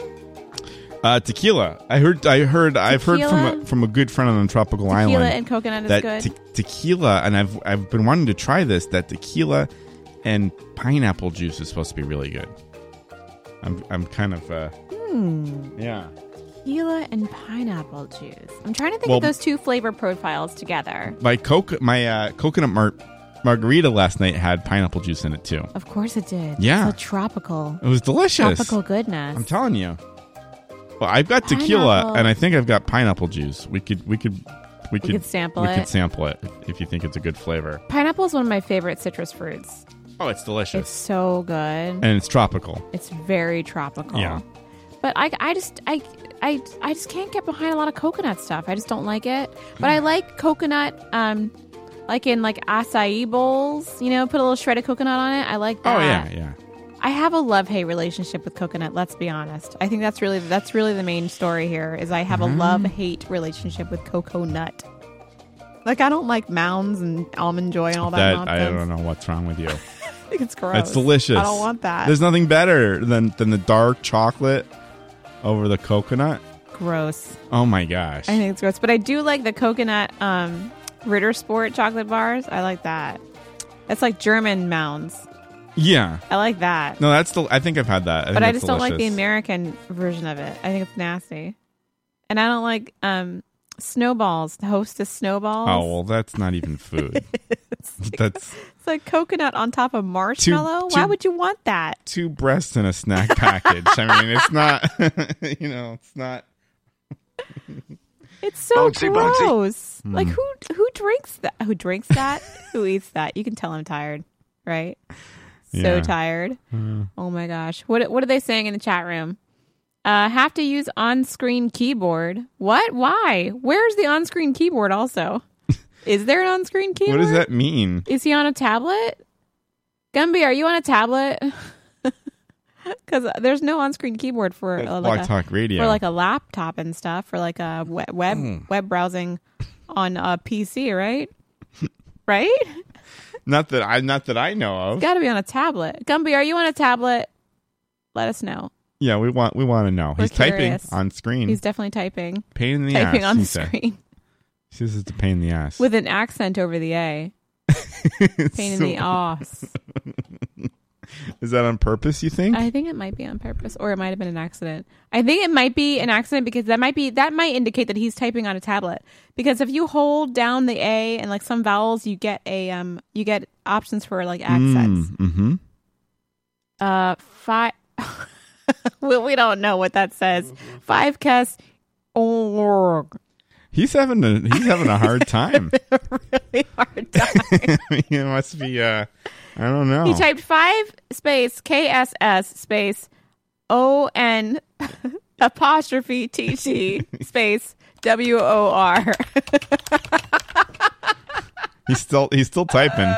Speaker 1: Uh, tequila. I heard. I heard. I've heard from
Speaker 2: Tequila?
Speaker 1: a, from a good friend on a tropical
Speaker 2: Tequila
Speaker 1: island.
Speaker 2: and coconut is
Speaker 1: that
Speaker 2: good.
Speaker 1: te- tequila, and I've I've been wanting to try this. That tequila and pineapple juice is supposed to be really good. I'm I'm kind of uh,
Speaker 2: Hmm.
Speaker 1: yeah.
Speaker 2: Tequila and pineapple juice. I'm trying to think
Speaker 1: Well-
Speaker 2: of those two flavor profiles together.
Speaker 1: My coke my uh, coconut mar- margarita last night had pineapple juice in it too.
Speaker 2: Of course it did.
Speaker 1: Yeah.
Speaker 2: It's a tropical.
Speaker 1: It was delicious.
Speaker 2: Tropical goodness.
Speaker 1: I'm telling you. Well, I've got tequila,
Speaker 2: Pineapple.
Speaker 1: and I think I've got pineapple juice. We could we could we could,
Speaker 2: could sample
Speaker 1: we
Speaker 2: it.
Speaker 1: could sample it if you think it's a good flavor.
Speaker 2: Pineapple is one of my favorite citrus fruits.
Speaker 1: Oh, it's delicious
Speaker 2: It's so good.
Speaker 1: and it's tropical. Oh,
Speaker 2: It's very tropical.
Speaker 1: Yeah.
Speaker 2: But I, I just I, I, I just can't get behind a lot of coconut stuff. I just don't like it. But
Speaker 1: Mm.
Speaker 2: I like coconut, um, like in like acai bowls. You know, put a little shred of coconut on it. I like that.
Speaker 1: Oh yeah, yeah.
Speaker 2: I have a love hate relationship with coconut. Let's be honest. I think that's really that's really the main story here. Is I have a
Speaker 1: Mm-hmm.
Speaker 2: love hate relationship with coconut. Like I don't like mounds and almond joy and all that,
Speaker 1: That I
Speaker 2: nonsense.
Speaker 1: don't know what's wrong with you.
Speaker 2: I think it's gross.
Speaker 1: It's delicious.
Speaker 2: I don't want that.
Speaker 1: There's nothing better than than the dark chocolate over the coconut.
Speaker 2: gross.
Speaker 1: Oh my gosh.
Speaker 2: I think it's gross, but I do like the coconut um, Ritter Sport chocolate bars. I like that. That's like German mounds.
Speaker 1: yeah.
Speaker 2: I like that,
Speaker 1: No, that's the. I think I've had that. I think
Speaker 2: but I
Speaker 1: that's
Speaker 2: just don't like the
Speaker 1: delicious.
Speaker 2: American version of it. I think it's nasty, and I don't like um, snowballs. The Hostess snowballs.
Speaker 1: Oh well, that's not even food. that's
Speaker 2: It's like coconut on top of marshmallow. Why
Speaker 1: too-
Speaker 2: would you want that?
Speaker 1: two breasts in a snack package. I mean, it's not. you know, it's not.
Speaker 2: It's so
Speaker 3: Bouncy, bouncy.
Speaker 2: gross. Like who who drinks that? Who drinks that? who eats that? You can tell I'm tired, right? So
Speaker 1: Yeah.
Speaker 2: tired. Oh my gosh. What what are they saying in the chat room? Uh, have to use on-screen keyboard. What? Why? Where's the on-screen keyboard? Also, is there an on-screen
Speaker 1: What
Speaker 2: keyboard?
Speaker 1: does that mean?
Speaker 2: Is he on a tablet? Gumby, are you on a tablet? Because there's no on-screen keyboard for
Speaker 1: That's
Speaker 2: uh,
Speaker 1: Blog
Speaker 2: like a,
Speaker 1: Talk Radio.
Speaker 2: for like a laptop and stuff, for like a we- web
Speaker 1: Hmm.
Speaker 2: web browsing on a PC, right? right?
Speaker 1: not that I. Not that I know of.
Speaker 2: Got to be on a tablet. Gumby, are you on a tablet? Let us know.
Speaker 1: Yeah, we want we want to know.
Speaker 2: We're
Speaker 1: He's
Speaker 2: curious.
Speaker 1: typing on screen.
Speaker 2: He's definitely typing.
Speaker 1: pain in the ass.
Speaker 2: typing on
Speaker 1: Hmm. he
Speaker 2: the
Speaker 1: said.
Speaker 2: screen
Speaker 1: She says it's a pain in the ass.
Speaker 2: with an accent over the A. Pain in
Speaker 1: So-
Speaker 2: the ass.
Speaker 1: Is that on purpose? You think?
Speaker 2: I think it might be on purpose, or it might have been an accident. I think it might be an accident because that might be that might indicate that he's typing on a tablet. Because if you hold down the A and like some vowels, you get a um, you get options for like accents.
Speaker 1: mm-hmm.
Speaker 2: Uh, five. well, we don't know what that says. Five cast. Org.
Speaker 1: He's having a he's having a hard time.
Speaker 2: Really hard time.
Speaker 1: it must be. Uh, I don't know.
Speaker 2: He typed five space KSS space O N apostrophe T T space W O R.
Speaker 1: he's still he's still typing.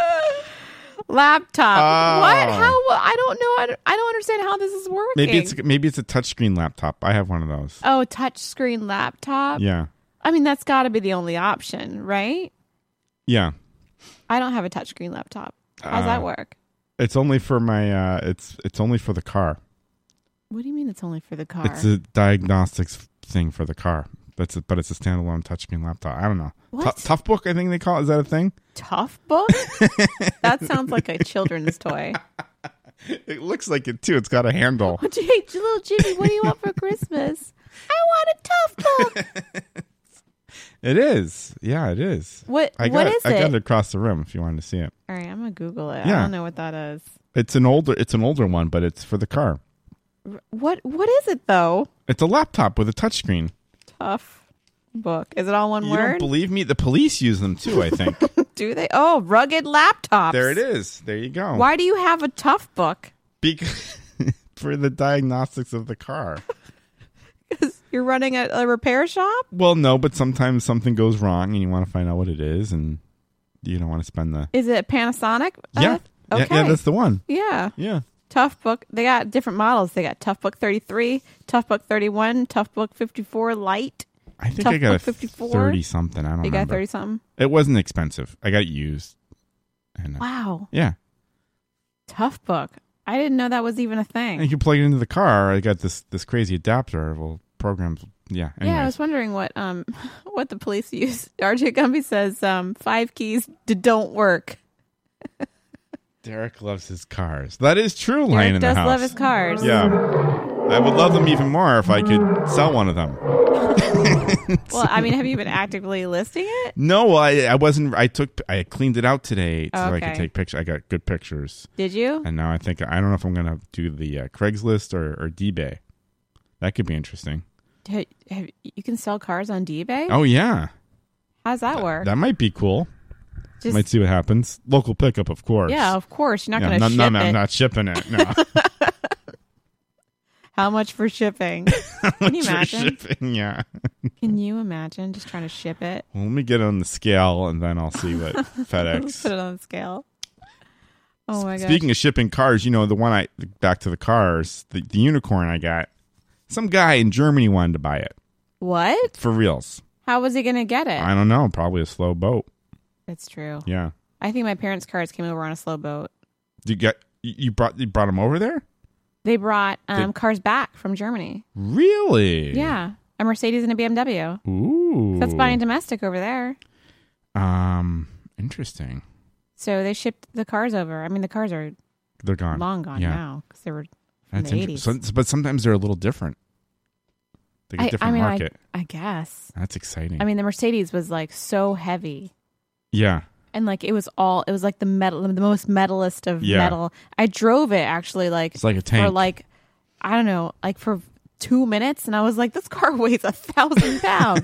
Speaker 2: Laptop.
Speaker 1: Oh.
Speaker 2: What? How? I don't know. I don't, I don't understand how this is working.
Speaker 1: Maybe it's maybe it's a touchscreen laptop. I have one of those.
Speaker 2: oh touchscreen laptop.
Speaker 1: Yeah,
Speaker 2: I mean, that's got to be the only option, right?
Speaker 1: yeah.
Speaker 2: I don't have a touchscreen laptop. How's that
Speaker 1: Uh,
Speaker 2: work?
Speaker 1: It's only for my. Uh, it's it's only for the car.
Speaker 2: What do you mean it's only for the car?
Speaker 1: It's a diagnostics thing for the car. That's it, but it's a standalone touchscreen laptop. I don't know.
Speaker 2: What?
Speaker 1: Tou- tough book, I think they call it. Is that a thing?
Speaker 2: tough book? that sounds like a children's toy.
Speaker 1: It looks like it too. It's got a handle.
Speaker 2: Gee, little Jimmy, what do you want for Christmas? I want a tough book.
Speaker 1: It is. Yeah, it is.
Speaker 2: What?
Speaker 1: I
Speaker 2: what
Speaker 1: got,
Speaker 2: is
Speaker 1: I
Speaker 2: it?
Speaker 1: got it across the room if you wanted to see it.
Speaker 2: All right, I'm gonna Google it. I
Speaker 1: Yeah.
Speaker 2: don't know what that is.
Speaker 1: It's an older it's an older one, but it's for the car.
Speaker 2: What? What is it though?
Speaker 1: It's a laptop with a touchscreen.
Speaker 2: Tough book. Is it all one
Speaker 1: You
Speaker 2: word?
Speaker 1: don't believe me? The police use them too, I think.
Speaker 2: do they? Oh, rugged laptops.
Speaker 1: there it is. There you go.
Speaker 2: Why do you have a tough book?
Speaker 1: Because for the diagnostics of the car.
Speaker 2: You're running a, a repair shop.
Speaker 1: Well, no, but sometimes something goes wrong and you want to find out what it is and you don't want to spend the
Speaker 2: Is it Panasonic? Uh,
Speaker 1: Yeah. Yeah,
Speaker 2: okay.
Speaker 1: yeah, that's the one.
Speaker 2: Yeah.
Speaker 1: Yeah.
Speaker 2: Tough Book. They got different models. They got Tough Book 33, Tough Book 31, Tough Book 54 Light.
Speaker 1: I think
Speaker 2: Tough
Speaker 1: I got a
Speaker 2: Book 54?
Speaker 1: 30 something. I don't
Speaker 2: They
Speaker 1: remember.
Speaker 2: got 30 something.
Speaker 1: It wasn't expensive. I got it used. And uh,
Speaker 2: Wow.
Speaker 1: yeah.
Speaker 2: Tough Book. I didn't know that was even a thing.
Speaker 1: And you can plug it into the car. I got this this crazy adapter. Well, programs. Yeah. Anyways.
Speaker 2: Yeah, I was wondering what um what the police use. RJ Gumby says um five keys d- don't work.
Speaker 1: Derek loves his cars. That is true.
Speaker 2: Derek
Speaker 1: Lying in
Speaker 2: does
Speaker 1: the house.
Speaker 2: love his cars.
Speaker 1: Yeah. I would love them even more if I could sell one of them.
Speaker 2: Well, I mean, have you been actively listing it?
Speaker 1: No, I I wasn't. I took I cleaned it out today so I
Speaker 2: Okay.
Speaker 1: could take pictures. I got good pictures,
Speaker 2: Did you?
Speaker 1: and now I think I don't know if I'm gonna do the uh, Craigslist or or eBay. That could be interesting.
Speaker 2: Ha- have- you can sell cars on eBay.
Speaker 1: Oh yeah,
Speaker 2: How's that work?
Speaker 1: that might be cool.
Speaker 2: Just
Speaker 1: might see what happens. Local pickup, of course.
Speaker 2: yeah, of course. You're not
Speaker 1: Yeah,
Speaker 2: going to
Speaker 1: I'm
Speaker 2: ship
Speaker 1: not,
Speaker 2: it.
Speaker 1: I'm not shipping it. No.
Speaker 2: How much for shipping? can you imagine?
Speaker 1: shipping. Yeah.
Speaker 2: Can you imagine just trying to ship it?
Speaker 1: Well, let me get on the scale and then I'll see what
Speaker 2: Let's put
Speaker 1: FedEx.
Speaker 2: it on the scale. Oh my gosh.
Speaker 1: Speaking of shipping cars, you know the one I back to the cars, the, the unicorn I got. Some guy in Germany wanted to buy it
Speaker 2: what?
Speaker 1: for reals.
Speaker 2: How was he going to get it?
Speaker 1: I don't know. Probably a slow boat.
Speaker 2: That's true.
Speaker 1: Yeah.
Speaker 2: I think my parents' cars came over on a slow boat.
Speaker 1: You got you you brought you brought him over there?
Speaker 2: They brought um,
Speaker 1: Did-
Speaker 2: cars back from Germany.
Speaker 1: Really?
Speaker 2: Yeah. A Mercedes and a BMW.
Speaker 1: Ooh.
Speaker 2: That's buying domestic over there.
Speaker 1: Um. Interesting.
Speaker 2: So they shipped the cars over. I mean, the cars are
Speaker 1: They're gone.
Speaker 2: long gone
Speaker 1: yeah.
Speaker 2: now 'cause now because they were from
Speaker 1: That's
Speaker 2: the
Speaker 1: interesting.
Speaker 2: 80s.
Speaker 1: So, but sometimes they're a little different. They get
Speaker 2: I, I
Speaker 1: different
Speaker 2: mean, I,
Speaker 1: market.
Speaker 2: I guess.
Speaker 1: That's exciting.
Speaker 2: I mean, the Mercedes was like so heavy.
Speaker 1: yeah.
Speaker 2: And like it was all, it was like the metal, the most metalist of
Speaker 1: Yeah.
Speaker 2: metal. I drove it actually, like
Speaker 1: It's like a
Speaker 2: for
Speaker 1: tank.
Speaker 2: like I don't know, like for two minutes, and I was like, this car weighs a thousand pounds.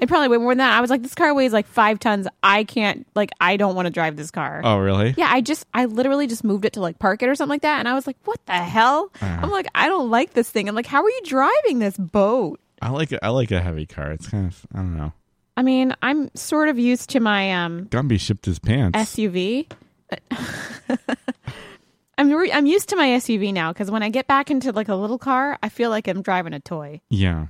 Speaker 2: it probably weighed more than that. I was like, this car weighs like five tons. I can't, like, I don't want to drive this car.
Speaker 1: Oh, really?
Speaker 2: Yeah, I just, I literally just moved it to like park it or something like that, and I was like, what the hell?
Speaker 1: Uh-huh.
Speaker 2: I'm like, I don't like this thing. I'm like, how are you driving this boat?
Speaker 1: I like a, I like a heavy car. It's kind of I don't know.
Speaker 2: I mean, I'm sort of used to my um
Speaker 1: Gumby shipped his pants.
Speaker 2: SUV. I'm re- I'm used to my SUV now because when I get back into like a little car, I feel like I'm driving a toy.
Speaker 1: yeah.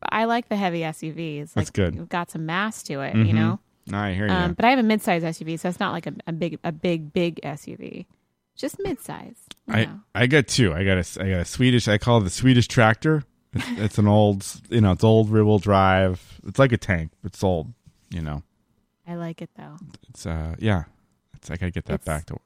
Speaker 2: But I like the heavy SUVs.
Speaker 1: That's
Speaker 2: like,
Speaker 1: good. Mm-hmm.
Speaker 2: You've got some mass to it, you know.
Speaker 1: No, I hear you.
Speaker 2: Um, but I have a mid-size SUV, so it's not like a, a big a big big SUV. just midsize. you
Speaker 1: I,
Speaker 2: know.
Speaker 1: I got two. I got a, s- I got a Swedish. I call it the Swedish tractor. It's, it's an old, you know, it's old rear-wheel drive. It's like a tank. but It's old, you know.
Speaker 2: I like it though.
Speaker 1: It's uh, yeah. It's I gotta get that
Speaker 2: It's
Speaker 1: back to.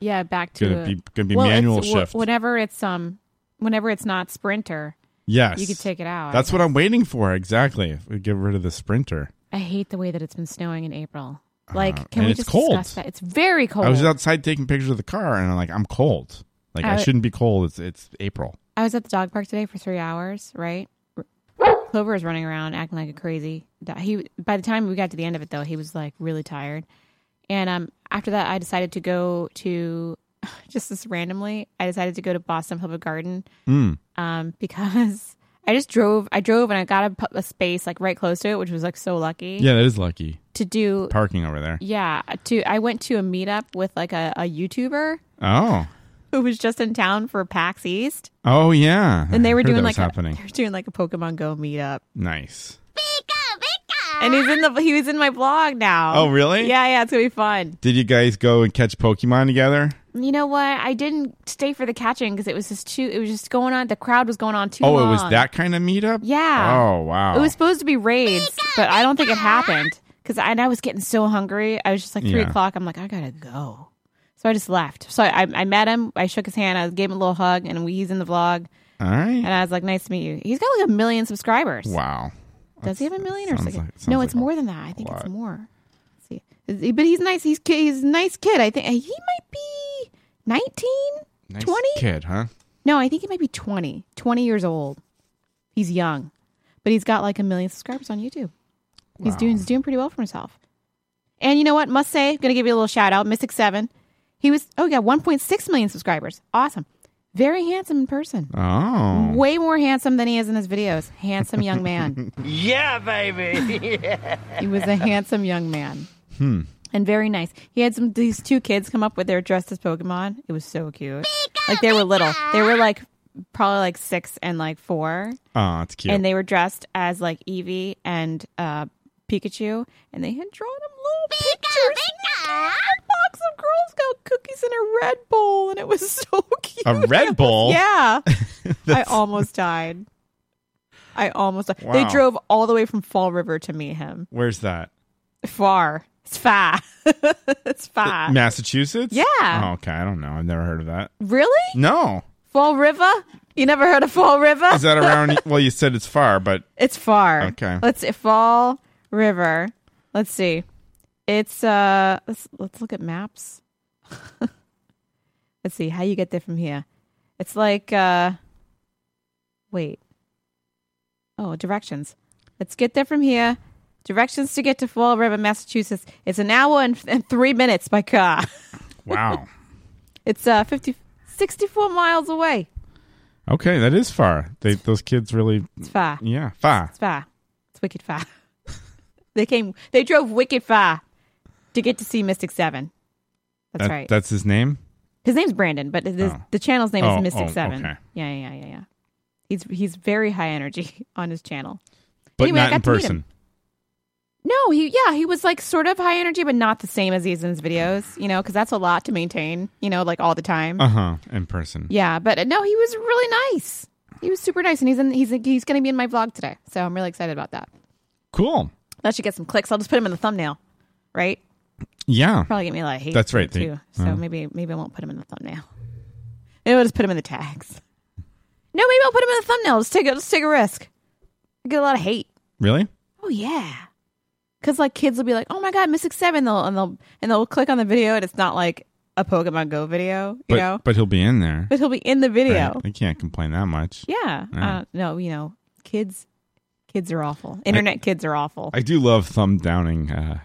Speaker 2: Yeah, back to
Speaker 1: Gonna be gonna be
Speaker 2: Well, it's-
Speaker 1: manual
Speaker 2: wh-
Speaker 1: shift.
Speaker 2: Whenever it's um, whenever it's not sprinter,
Speaker 1: yes,
Speaker 2: you could take it out.
Speaker 1: That's what I'm waiting for. Exactly. We get rid of the sprinter.
Speaker 2: I hate the way that it's been snowing in April. Like,
Speaker 1: Uh,
Speaker 2: can
Speaker 1: and
Speaker 2: we
Speaker 1: it's
Speaker 2: just
Speaker 1: cold.
Speaker 2: discuss that? It's very cold. Uh,
Speaker 1: I was outside taking pictures of the car, and I'm like, I'm cold. Like I,
Speaker 2: I-
Speaker 1: shouldn't be cold. It's it's April.
Speaker 2: I was at the dog park today for three hours, right? Clover was running around acting like a crazy. That He by the time we got to the end of it though, he was like really tired. And um, after that, I decided to go to just this randomly. I decided to go to Boston Public Garden
Speaker 1: Hmm.
Speaker 2: um, because I just drove. I drove and I got a, pu- a space like right close to it, which was like so lucky
Speaker 1: Yeah, that is lucky.
Speaker 2: to do.
Speaker 1: Parking over there.
Speaker 2: Yeah, to I went to a meetup with like a, a YouTuber
Speaker 1: Oh,
Speaker 2: who was just in town for PAX East,
Speaker 1: oh yeah.
Speaker 2: and they
Speaker 1: I
Speaker 2: were
Speaker 1: heard
Speaker 2: doing
Speaker 1: that
Speaker 2: like
Speaker 1: was
Speaker 2: a,
Speaker 1: happening.
Speaker 2: they were doing like a Pokemon Go meetup,
Speaker 1: Nice.
Speaker 2: and he's in the he was in my blog now.
Speaker 1: Oh, really?
Speaker 2: Yeah, yeah, it's gonna be fun.
Speaker 1: Did you guys go and catch Pokemon together?
Speaker 2: You know what? I didn't stay for the catching because it was just too. It was just going on. The crowd was going on too.
Speaker 1: Oh, it was
Speaker 2: long.
Speaker 1: that kind of meetup.
Speaker 2: Yeah.
Speaker 1: Oh wow.
Speaker 2: It was supposed to be raids, but I don't think it happened because I, and I was getting so hungry. I was just like three
Speaker 1: Yeah.
Speaker 2: o'clock. I'm like, I gotta go. So I just left. So I, I met him. I shook his hand. I gave him a little hug, and we, he's in the vlog.
Speaker 1: all right.
Speaker 2: And I was like, "Nice to meet you." He's got like a million subscribers.
Speaker 1: Wow.
Speaker 2: Does he have a million or
Speaker 1: sounds
Speaker 2: something?
Speaker 1: like- sounds
Speaker 2: no,
Speaker 1: like
Speaker 2: it's
Speaker 1: a
Speaker 2: more than that. I think
Speaker 1: lot.
Speaker 2: it's more. Let's see, Is he- but he's nice. He's ki- he's a nice kid. I think he might be 19,
Speaker 1: Nice
Speaker 2: 20?
Speaker 1: kid, huh?
Speaker 2: No, I think he might be 20, 20 years old. He's young, but he's got like a million subscribers on YouTube. He's doing he's doing pretty well for himself. And you know what? Must say, gonna give you a little shout out, Mystic Seven. He was oh yeah, one point six million subscribers. Awesome, very handsome in person.
Speaker 1: Oh.
Speaker 2: Way more handsome than he is in his videos. Handsome young man. yeah, baby. he was a handsome young man. Hmm. And very nice. He had some these two kids come up with their dressed as Pokemon. It was so cute. Like they were little. They were like probably like six and like four.
Speaker 1: Oh, it's cute.
Speaker 2: And they were dressed as like Eevee and uh Pikachu, and they had drawn him little pictures. A box of Girl Scout cookies and a Red Bull, and it was so cute.
Speaker 1: a Red Bull.
Speaker 2: Yeah. I almost died. I almost died. They
Speaker 1: Wow.
Speaker 2: drove all the way from Fall River to meet him.
Speaker 1: Where's that?
Speaker 2: Far. It's far. it's far.
Speaker 1: Massachusetts?
Speaker 2: Uh, Yeah.
Speaker 1: Oh, okay. I don't know. I've never heard of that.
Speaker 2: Really?
Speaker 1: No.
Speaker 2: Fall River? You never heard of Fall River?
Speaker 1: Is that around? well, you said it's far, but
Speaker 2: it's far.
Speaker 1: Okay.
Speaker 2: Let's see. Fall River. Let's see. It's uh let's let's look at maps. let's see how you get there from here. It's like uh wait. Oh, directions. Let's get there from here. Directions to get to Fall River, Massachusetts. It's an hour and, and three minutes by car.
Speaker 1: wow.
Speaker 2: It's uh 50, 64 miles away.
Speaker 1: okay, that is far. They, those kids really,
Speaker 2: It's far.
Speaker 1: yeah, far.
Speaker 2: It's far. It's wicked far. they came. They drove wicked far to get to see Mystic Seven. That's
Speaker 1: That-
Speaker 2: right.
Speaker 1: That's his name.
Speaker 2: His name's Brandon, but his,
Speaker 1: Oh.
Speaker 2: the channel's name
Speaker 1: Oh,
Speaker 2: is Mystic
Speaker 1: oh,
Speaker 2: Seven.
Speaker 1: okay.
Speaker 2: Yeah, yeah, yeah, yeah, yeah. He's he's very high energy on his channel.
Speaker 1: But
Speaker 2: Anyway, I
Speaker 1: not
Speaker 2: got
Speaker 1: in
Speaker 2: to meet
Speaker 1: person.
Speaker 2: him. No, he yeah, he was like sort of high energy, but not the same as he's in his videos. You know, because that's a lot to maintain. You know, like all the time.
Speaker 1: Uh huh. In person.
Speaker 2: Yeah, but uh, no, he was really nice. He was super nice, and he's in he's he's going to be in my vlog today, so I'm really excited about that.
Speaker 1: Cool.
Speaker 2: That should get some clicks. I'll just put him in the thumbnail, right?
Speaker 1: Yeah.
Speaker 2: Probably get me a lot of hate.
Speaker 1: That's right, they-
Speaker 2: Too. so
Speaker 1: uh-huh.
Speaker 2: maybe maybe I won't put him in the thumbnail. Maybe I'll just put him in the tags. No, maybe I'll put him in the thumbnail. Let's take a let's take a risk. I get a lot of hate.
Speaker 1: Really?
Speaker 2: Oh yeah, because like kids will be like, "Oh my god, Mystic Seven. They'll and they'll and they'll click on the video, and it's not like a Pokemon Go video, you
Speaker 1: But
Speaker 2: know.
Speaker 1: but he'll be in there.
Speaker 2: But he'll be in the video.
Speaker 1: Right. I can't complain that much.
Speaker 2: Yeah.
Speaker 1: Yeah.
Speaker 2: Uh, no, you know, kids, kids are awful. Internet kids are awful.
Speaker 1: I do love thumb downing uh,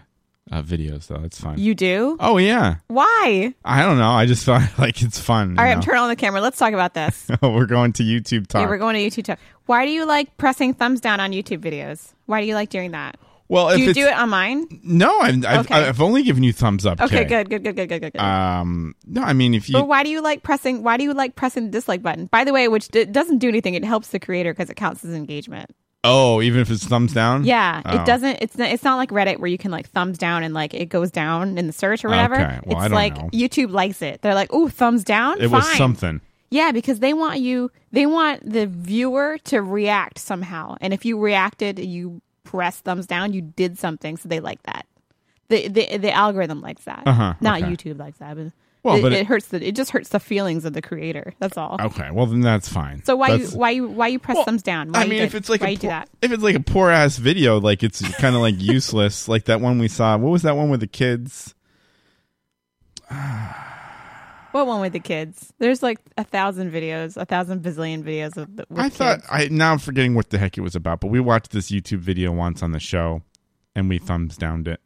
Speaker 1: uh, videos though. It's fun.
Speaker 2: you do?
Speaker 1: oh yeah.
Speaker 2: Why?
Speaker 1: I don't know. I just thought like it's fun. you
Speaker 2: All right, I'm
Speaker 1: know?
Speaker 2: turning on the camera. Let's talk about this.
Speaker 1: we're going to YouTube talk.
Speaker 2: yeah, we're going to YouTube. Talk. Why do you like pressing thumbs down on YouTube videos? Why do you like doing that?
Speaker 1: well, if
Speaker 2: do you
Speaker 1: it's,
Speaker 2: do it on mine?
Speaker 1: no, I'm, I've,
Speaker 2: Okay.
Speaker 1: I've only given you thumbs up. Kay.
Speaker 2: Okay, good, good, good, good, good, good. good.
Speaker 1: Um, no, I mean if you
Speaker 2: but why do you like pressing? Why do you like pressing the dislike button? By the way, which d- doesn't do anything. It helps the creator because it counts as engagement.
Speaker 1: Oh, even if it's thumbs down.
Speaker 2: Yeah,
Speaker 1: Oh.
Speaker 2: it doesn't. It's not, it's not like Reddit where you can like thumbs down and like it goes down in the search or whatever.
Speaker 1: Okay, well,
Speaker 2: it's
Speaker 1: I don't
Speaker 2: like
Speaker 1: know.
Speaker 2: YouTube likes it. They're like, "Ooh, thumbs down."
Speaker 1: It
Speaker 2: Fine.
Speaker 1: was something.
Speaker 2: Yeah, because they want you. They want the viewer to react somehow. And if you reacted, you press thumbs down. You did something, so they like that. The the, the algorithm likes that.
Speaker 1: Uh-huh,
Speaker 2: Not
Speaker 1: okay.
Speaker 2: YouTube likes that. But
Speaker 1: Well,
Speaker 2: it,
Speaker 1: but
Speaker 2: it,
Speaker 1: it-
Speaker 2: hurts. The, it just hurts the feelings of the creator. That's all.
Speaker 1: Okay, well then that's fine.
Speaker 2: So why you
Speaker 1: That's-
Speaker 2: why you why you press thumbs down? Why
Speaker 1: I
Speaker 2: you
Speaker 1: mean,
Speaker 2: did-
Speaker 1: if it's like
Speaker 2: why
Speaker 1: a
Speaker 2: you do
Speaker 1: poor-
Speaker 2: that?
Speaker 1: if it's like a poor ass video, like it's kind of like useless. Like that one we saw. What was that one with the kids?
Speaker 2: What one with the kids? There's like a thousand videos, a thousand bazillion videos of the. With
Speaker 1: I thought
Speaker 2: kids.
Speaker 1: I now I'm forgetting what the heck it was about, but we watched this YouTube video once on the show, and we thumbs downed it.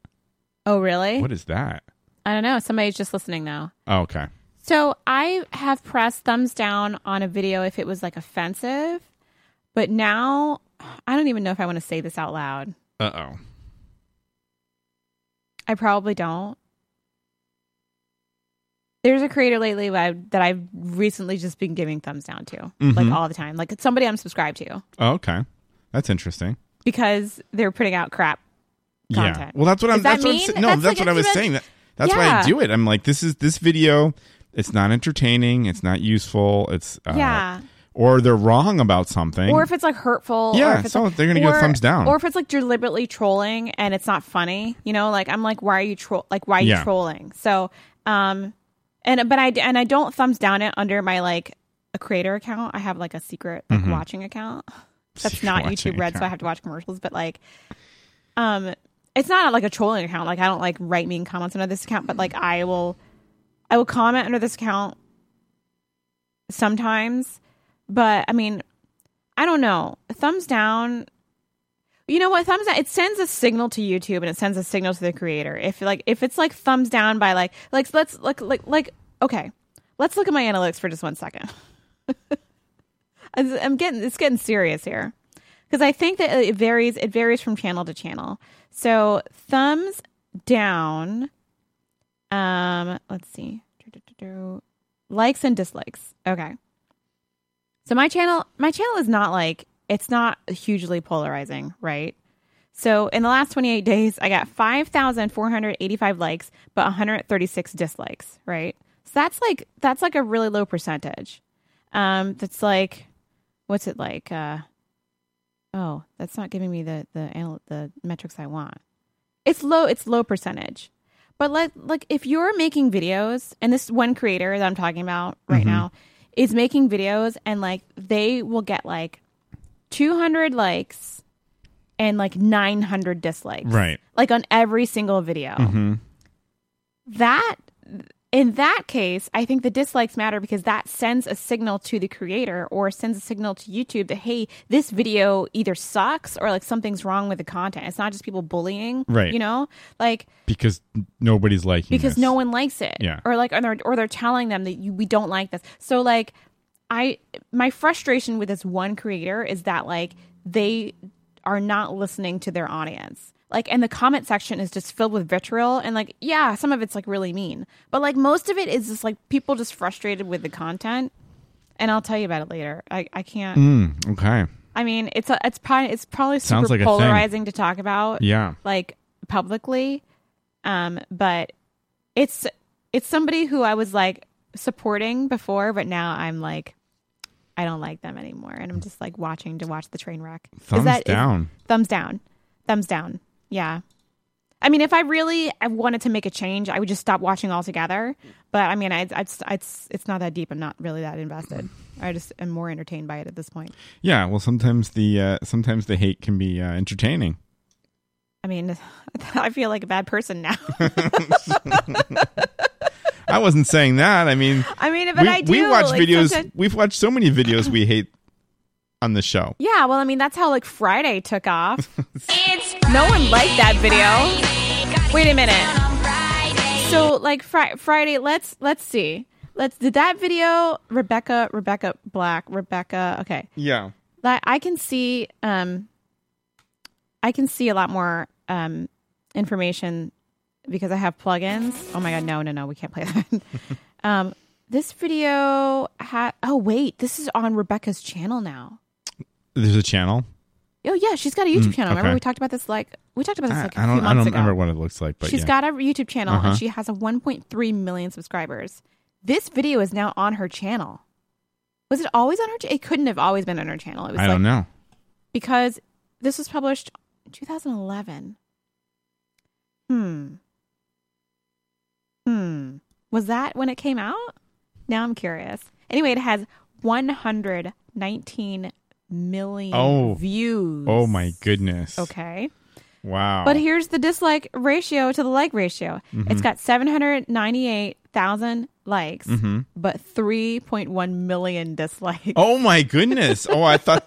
Speaker 2: Oh really?
Speaker 1: What is that?
Speaker 2: I don't know. Somebody's just listening now.
Speaker 1: Oh, okay.
Speaker 2: So I have pressed thumbs down on a video if it was like offensive, but now I don't even know if I want to say this out loud.
Speaker 1: Uh oh.
Speaker 2: I probably don't. There's a creator lately that I've, that I've recently just been giving thumbs down to, like
Speaker 1: Mhm.
Speaker 2: all the time. Like it's somebody I'm subscribed to
Speaker 1: Oh, okay. That's interesting.
Speaker 2: because they're putting out crap.
Speaker 1: Yeah.
Speaker 2: Content.
Speaker 1: Well, that's what
Speaker 2: Does
Speaker 1: I'm.
Speaker 2: that
Speaker 1: that's what I'm
Speaker 2: mean-
Speaker 1: sa- no, that's,
Speaker 2: that's like
Speaker 1: what I was
Speaker 2: it's
Speaker 1: saying. That
Speaker 2: about-
Speaker 1: that's why I
Speaker 2: Yeah.
Speaker 1: do it. I'm like, this is this video. It's not entertaining. It's not useful. It's uh,
Speaker 2: Yeah.
Speaker 1: Or they're wrong about something.
Speaker 2: Or if it's like hurtful. or
Speaker 1: Yeah,
Speaker 2: if it's
Speaker 1: so
Speaker 2: like-
Speaker 1: they're gonna give
Speaker 2: or-
Speaker 1: thumbs down.
Speaker 2: Or if it's like deliberately trolling and it's not funny, you know, like I'm like, why are you troll? Like, why are you
Speaker 1: Yeah.
Speaker 2: trolling? So, um, and but I and I don't thumbs down it under my like a creator account. I have like a secret like watching account. That's
Speaker 1: Mm-hmm. Secret
Speaker 2: not
Speaker 1: watching
Speaker 2: YouTube Red, so I
Speaker 1: account.
Speaker 2: have to watch commercials. But like, um, it's not like a trolling account. Like I don't like write mean comments under this account, but like I will, I will comment under this account sometimes. But I mean, I don't know. Thumbs down. You know what? Thumbs down. It sends a signal to YouTube and it sends a signal to the creator. If like if it's like thumbs down by like like let's like like like okay, let's look at my analytics for just one second. I'm getting it's getting serious here because I think that it varies. It varies from channel to channel. So thumbs down. Um, let's see. Do-do-do-do. Likes and dislikes. Okay. So my channel, my channel is not like it's not hugely polarizing, right? So in the last 28 days, I got 5,485 likes, but 136 dislikes, right? So that's like that's like a really low percentage. Um, that's like, what's it like? Uh, oh, that's not giving me the the anal- the metrics I want. It's low. It's low percentage. But like, like if you're making videos, and this one creator that I'm talking about right now is making videos, and like they will get like 200 likes and like 900 dislikes,
Speaker 1: Right.
Speaker 2: Like on every single video. That in that case, I think the dislikes matter because that sends a signal to the creator or sends a signal to YouTube that hey, this video either sucks or like something's wrong with the content. It's not just people bullying,
Speaker 1: Right.
Speaker 2: You know, like
Speaker 1: because nobody's liking
Speaker 2: because
Speaker 1: this.
Speaker 2: no one likes it,
Speaker 1: Yeah.
Speaker 2: Or like, or they're, or they're telling them that you, we don't like this. So like, I my frustration with this one creator is that like they are not listening to their audience. Like, and the comment section is just filled with vitriol, and like, yeah, some of it's like really mean, but like most of it is just like people just frustrated with the content. And I'll tell you about it later. I, I can't.
Speaker 1: Mm, okay.
Speaker 2: I mean, it's a, it's probably it's probably super
Speaker 1: Sounds like a thing.
Speaker 2: polarizing to talk about
Speaker 1: Yeah.
Speaker 2: like publicly um but it's it's somebody who i was like supporting before but now i'm like i don't like them anymore and i'm just like watching to watch the train wreck Is
Speaker 1: Thumbs
Speaker 2: that- is-
Speaker 1: down.
Speaker 2: thumbs down thumbs down yeah i mean if i really i wanted to make a change i would just stop watching altogether but i mean i it's it's it's not that deep i'm not really that invested i just am more entertained by it at this point
Speaker 1: yeah. Well, sometimes the uh, sometimes the hate can be uh, entertaining.
Speaker 2: i mean i feel like a bad person now
Speaker 1: I wasn't saying that. I mean,
Speaker 2: i mean but
Speaker 1: we,
Speaker 2: i do
Speaker 1: we watch
Speaker 2: like,
Speaker 1: videos.
Speaker 2: sometimes-
Speaker 1: We've watched so many videos we hate on the show.
Speaker 2: Yeah, well, I mean, that's how like Friday took off. no one liked that video. Wait a minute. So like fri- Friday, let's let's see. Let's did that video Rebecca Rebecca Black Rebecca. Okay,
Speaker 1: Yeah.
Speaker 2: that I can see. Um, I can see a lot more um information because I have plugins. Oh my god, no, no, no, we can't play that. um, this video had. Oh wait, this is on Rebecca's channel now.
Speaker 1: There's a channel.
Speaker 2: Oh yeah, she's got a YouTube channel. Remember
Speaker 1: Mm, okay.
Speaker 2: we talked about this like we talked about this
Speaker 1: I,
Speaker 2: like a
Speaker 1: I
Speaker 2: few
Speaker 1: don't. I
Speaker 2: months
Speaker 1: don't
Speaker 2: ago.
Speaker 1: remember what it looks like, but
Speaker 2: She's
Speaker 1: yeah.
Speaker 2: got a YouTube channel
Speaker 1: Uh-huh.
Speaker 2: and she has a 1.3 million subscribers. This video is now on her channel. Was it always on her? Ch- it couldn't have always been on her channel. It was
Speaker 1: I
Speaker 2: like
Speaker 1: don't know.
Speaker 2: because this was published in 2011. Hmm. Hmm. Was that when it came out? Now I'm curious. Anyway, it has 119 million
Speaker 1: Oh.
Speaker 2: views.
Speaker 1: Oh my goodness.
Speaker 2: Okay.
Speaker 1: Wow.
Speaker 2: But here's the dislike ratio to the like ratio. It's got 798,000 likes, but 3.1 million dislikes.
Speaker 1: oh my goodness. Oh, I thought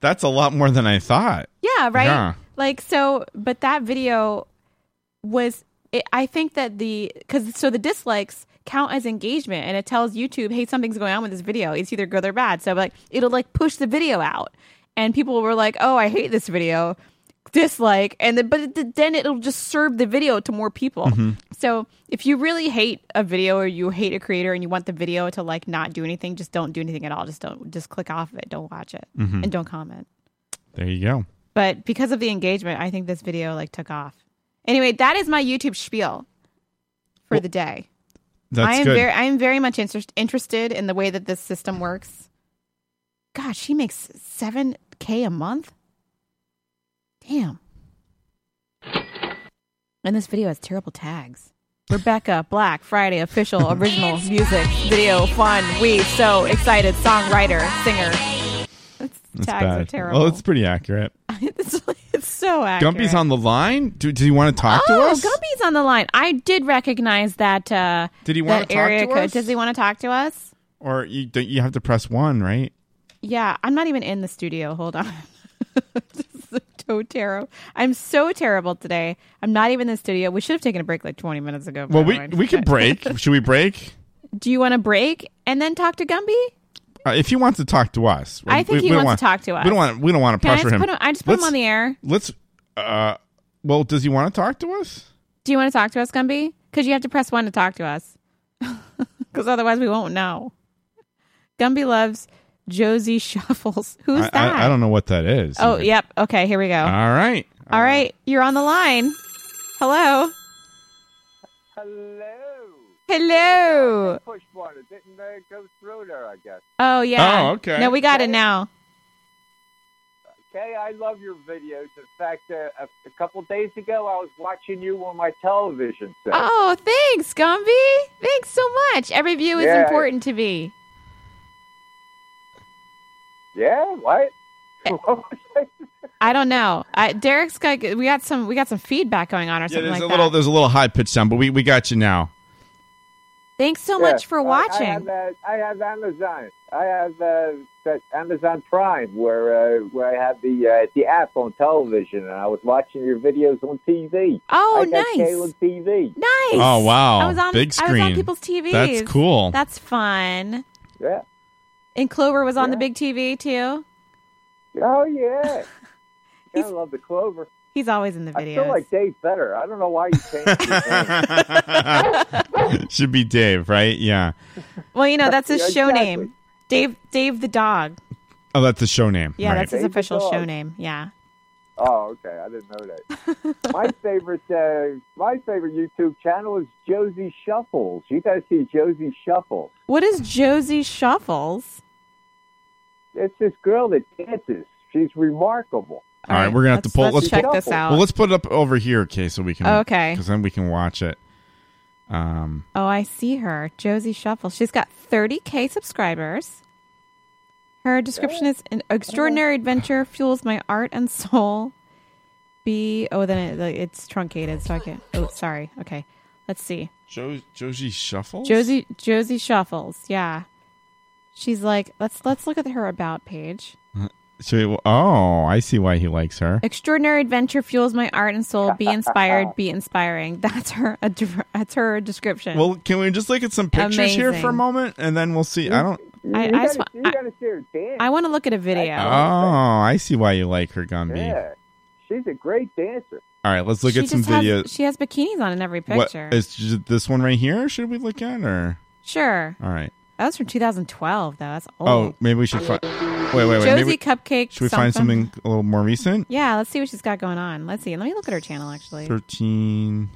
Speaker 1: that's a lot more than I thought.
Speaker 2: Yeah, right?
Speaker 1: Yeah.
Speaker 2: Like so but that video was it, I think that the cuz so the dislikes count as engagement and it tells YouTube, "Hey, something's going on with this video. It's either good or bad." So like it'll like push the video out. And people were like, "Oh, I hate this video." dislike and then but it, then it'll just serve the video to more people so if you really hate a video or you hate a creator and you want the video to like not do anything just don't do anything at all just don't just click off of it don't watch it and don't comment
Speaker 1: There you go.
Speaker 2: but because of the engagement, I think this video like took off. Anyway, that is my YouTube spiel for the day.
Speaker 1: That's
Speaker 2: I am
Speaker 1: good.
Speaker 2: very, I am very much inter- interested in the way that this system works. God, she makes seven k a month. Damn. And this video has terrible tags. Rebecca Black Friday official original music video fun. We so excited songwriter singer. Its
Speaker 1: That's
Speaker 2: tags are
Speaker 1: bad.
Speaker 2: terrible.
Speaker 1: Well, it's pretty accurate.
Speaker 2: it's, it's so accurate.
Speaker 1: Gumpy's on the line. Do, does he want to talk to
Speaker 2: Oh,
Speaker 1: us?
Speaker 2: Gumpy's on the line. I did recognize that. Uh,
Speaker 1: Did he
Speaker 2: that
Speaker 1: wanna talk to
Speaker 2: area code.
Speaker 1: us?
Speaker 2: Does he want to talk to us?
Speaker 1: Or you don't you have to press one, right?
Speaker 2: Yeah, I'm not even in the studio. Hold on. this is so terrible. I'm so terrible today. I'm not even in the studio. We should have taken a break like 20 minutes ago. but
Speaker 1: Well,
Speaker 2: never
Speaker 1: we
Speaker 2: mind.
Speaker 1: we could break. Should we break?
Speaker 2: Do you want to break and then talk to Gumby?
Speaker 1: Uh, if he wants to talk to us,
Speaker 2: I think he
Speaker 1: don't
Speaker 2: wants to
Speaker 1: want-
Speaker 2: talk to us.
Speaker 1: We don't want we don't want to
Speaker 2: Can I
Speaker 1: pressure
Speaker 2: just
Speaker 1: him.
Speaker 2: put him? I just put
Speaker 1: let's,
Speaker 2: him on the air.
Speaker 1: Let's. Uh, well, does he want to talk to us?
Speaker 2: Do you want to talk to us, Gumby? Because you have to press one to talk to us. Because otherwise, we won't know. Gumby loves Josie Shuffles. Who's
Speaker 1: I,
Speaker 2: that?
Speaker 1: I, I don't know Uh, what that is.
Speaker 2: Oh, yep. Okay, here we go.
Speaker 1: All right.
Speaker 2: All right, you're on the line. Hello. Hello. Hello.
Speaker 3: Push button. It didn't uh, go through there, I guess.
Speaker 2: Oh yeah.
Speaker 1: Oh, okay.
Speaker 2: No, we got it now.
Speaker 3: Okay, I love your videos. In fact, uh, a, a couple days ago, I was watching you on my television set.
Speaker 2: Oh, thanks, Gumby. Thanks so much. Every view is
Speaker 3: Yeah.
Speaker 2: important to me.
Speaker 3: Yeah, what? What was that?
Speaker 2: I don't know. I, Derek's got we got some we got some feedback going on or
Speaker 1: Yeah,
Speaker 2: something
Speaker 1: there's
Speaker 2: like
Speaker 1: a
Speaker 2: that.
Speaker 1: little there's a little high pitched sound, but we, we got you now.
Speaker 2: Thanks so
Speaker 3: Yeah,
Speaker 2: much for
Speaker 3: I-
Speaker 2: watching.
Speaker 3: I, have, uh, I have Amazon. I have uh, that Amazon Prime, where uh, where I have the uh, the app on television, and I was watching your videos on TV.
Speaker 2: Oh,
Speaker 3: I got
Speaker 2: nice.
Speaker 3: Cable TV.
Speaker 2: nice.
Speaker 1: Oh wow.
Speaker 2: I was on
Speaker 1: big
Speaker 2: I was on
Speaker 1: screen.
Speaker 2: people's TVs.
Speaker 1: That's cool.
Speaker 2: That's fun.
Speaker 3: Yeah.
Speaker 2: And Clover was on the
Speaker 3: Yeah.
Speaker 2: big TV too.
Speaker 3: Oh yeah. I
Speaker 2: He's-
Speaker 3: love the Clover.
Speaker 2: He's always in the
Speaker 3: I
Speaker 2: videos.
Speaker 3: feel like Dave better. I don't know why you changed your name.
Speaker 1: Should be Dave, right? Yeah.
Speaker 2: Well, you know that's his
Speaker 3: Yeah,
Speaker 2: show
Speaker 3: exactly.
Speaker 2: name, Dave. Dave the dog.
Speaker 1: Oh, that's the show name.
Speaker 2: Yeah,
Speaker 1: right.
Speaker 2: that's his
Speaker 3: Dave the
Speaker 2: official
Speaker 3: dog.
Speaker 2: show name. Yeah.
Speaker 3: Oh, okay. I didn't know that. my favorite, uh, my favorite YouTube channel is Josie Shuffles. You guys see Josie Shuffles?
Speaker 2: What is Josie Shuffles?
Speaker 3: It's this girl that dances. She's remarkable.
Speaker 1: All right, we're gonna have to
Speaker 2: let's-
Speaker 1: pull-
Speaker 2: Let's,
Speaker 1: let's
Speaker 2: check
Speaker 3: pull-
Speaker 2: this out.
Speaker 1: Well, let's put it up over here, okay, so we can
Speaker 2: Oh. Okay.
Speaker 1: because then we can watch it. Um,
Speaker 2: oh, I see her, Josie Shuffles. She's got 30k subscribers. Her description is an extraordinary adventure fuels my art and soul. Be oh, then it, it's truncated, so I can't. Oh, sorry. Okay, let's see.
Speaker 1: jo- Josie Shuffle.
Speaker 2: Josie Josie Shuffles. Yeah, she's like let's let's look at her about page.
Speaker 1: So, oh, I see why he likes her.
Speaker 2: Extraordinary adventure fuels my art and soul. Be inspired, be inspiring. That's her. A, that's her description.
Speaker 1: Well, can we just look at some pictures here for a
Speaker 2: Amazing.
Speaker 1: moment, and then we'll see. I don't.
Speaker 2: I, I
Speaker 3: you
Speaker 2: just
Speaker 3: gotta,
Speaker 2: want,
Speaker 3: you
Speaker 2: I,
Speaker 3: gotta see her dance.
Speaker 2: I want to look at a video.
Speaker 1: Oh, I see why you like her, Gumby.
Speaker 3: yeah, she's a great dancer.
Speaker 1: All right, let's look
Speaker 2: She
Speaker 1: at some
Speaker 2: just has-
Speaker 1: videos.
Speaker 2: She has bikinis on in every
Speaker 1: What
Speaker 2: picture.
Speaker 1: is j- this one right here? Should we look at or?
Speaker 2: sure.
Speaker 1: All right.
Speaker 2: That was from 2012, though. That's old.
Speaker 1: Oh, maybe we should. Fi- Wait, Oh, wait, wait.
Speaker 2: Josie
Speaker 1: maybe-
Speaker 2: Cupcake.
Speaker 1: Should we find something a little more recent?
Speaker 2: Yeah, let's see what she's got going on. Let's see. Let me look at her channel actually.
Speaker 1: 13.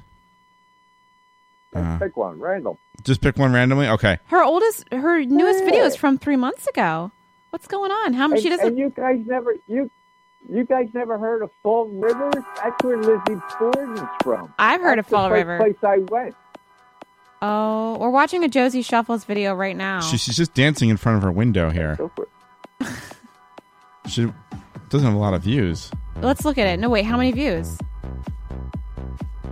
Speaker 1: Uh,
Speaker 3: Pick one, random.
Speaker 1: just pick one randomly? Okay.
Speaker 2: Her oldest, her newest
Speaker 3: Yeah.
Speaker 2: video is from three months ago. What's going on? How
Speaker 3: And,
Speaker 2: Oh, she
Speaker 3: and
Speaker 2: doesn't?
Speaker 3: you guys never you you guys never heard of Fall River? That's where Lizzie Borden's from.
Speaker 2: I've heard
Speaker 3: That's
Speaker 2: of Fall
Speaker 3: the first
Speaker 2: River.
Speaker 3: Place I went.
Speaker 2: Oh, we're watching a Josie Shuffles video right now.
Speaker 1: She, she's just dancing in front of her window here.
Speaker 3: Go for it.
Speaker 1: She doesn't have a lot of views.
Speaker 2: Let's look at it. No, wait, how many views?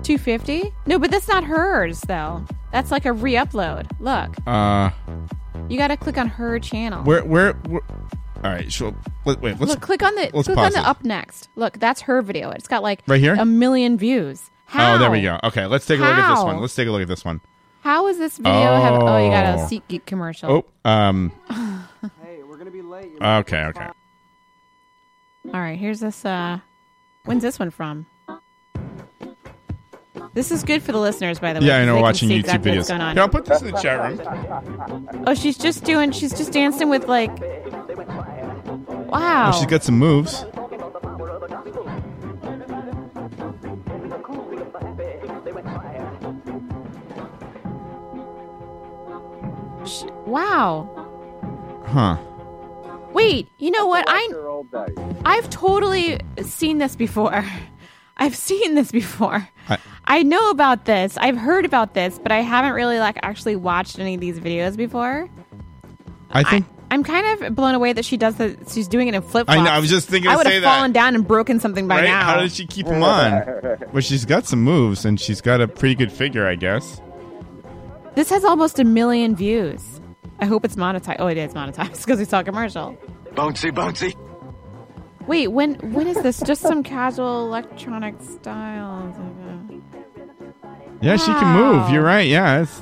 Speaker 2: 250? No, but that's not hers, though. That's like a re upload. Look,
Speaker 1: Uh,
Speaker 2: you got to click on her channel.
Speaker 1: where, where, where all right. She'll, let, wait, let's,
Speaker 2: look, click on the
Speaker 1: let's
Speaker 2: click on
Speaker 1: pause
Speaker 2: the
Speaker 1: it.
Speaker 2: up next. Look, that's her video. It's got like
Speaker 1: Right here?
Speaker 2: a million views. How?
Speaker 1: oh, there we go. Okay. Let's take a look at this
Speaker 2: How?
Speaker 1: one. Let's take a look at this one.
Speaker 2: How is this video? Have, oh, you got a
Speaker 1: Oh.
Speaker 2: SeatGeek commercial.
Speaker 1: Oh, um, hey, we're going to be late. Okay. Okay.
Speaker 2: All right, here's this. Uh, when's this one from? This is good for the listeners, by the way.
Speaker 1: Yeah, I know.
Speaker 2: 'cause they
Speaker 1: We're
Speaker 2: can
Speaker 1: watching
Speaker 2: see
Speaker 1: YouTube
Speaker 2: exactly
Speaker 1: videos.
Speaker 2: What's going on.
Speaker 1: Here, I'll put this in the chat room.
Speaker 2: Oh, she's just doing. She's just dancing with like. Wow.
Speaker 1: Oh, she's got some moves.
Speaker 2: Sh- wow.
Speaker 1: Huh.
Speaker 2: Wait. You know what? I
Speaker 1: Uh,
Speaker 3: They're all day.
Speaker 2: I've totally seen this before. I've seen this before.
Speaker 1: I-
Speaker 2: I, know about this. I've heard about this, but I haven't really like actually watched any of these videos before.
Speaker 1: I think.
Speaker 2: I'm kind of blown away that she does the. She's doing it in flip
Speaker 1: I
Speaker 2: flops.
Speaker 1: know, I was just thinking
Speaker 2: I
Speaker 1: to
Speaker 2: would
Speaker 1: say
Speaker 2: have
Speaker 1: that.
Speaker 2: fallen down and broken something by
Speaker 1: right?
Speaker 2: now.
Speaker 1: How does she keep them on? well, she's got some moves and she's got a pretty good figure, I guess.
Speaker 2: This has almost a million views. I hope it's monetized. Oh, it is monetized because we saw a commercial.
Speaker 6: Bouncy, bouncy.
Speaker 2: Wait, when when is this? Just some casual electronic styles.
Speaker 1: Yeah, she can
Speaker 2: Wow.
Speaker 1: move. You're right. Yeah, it's,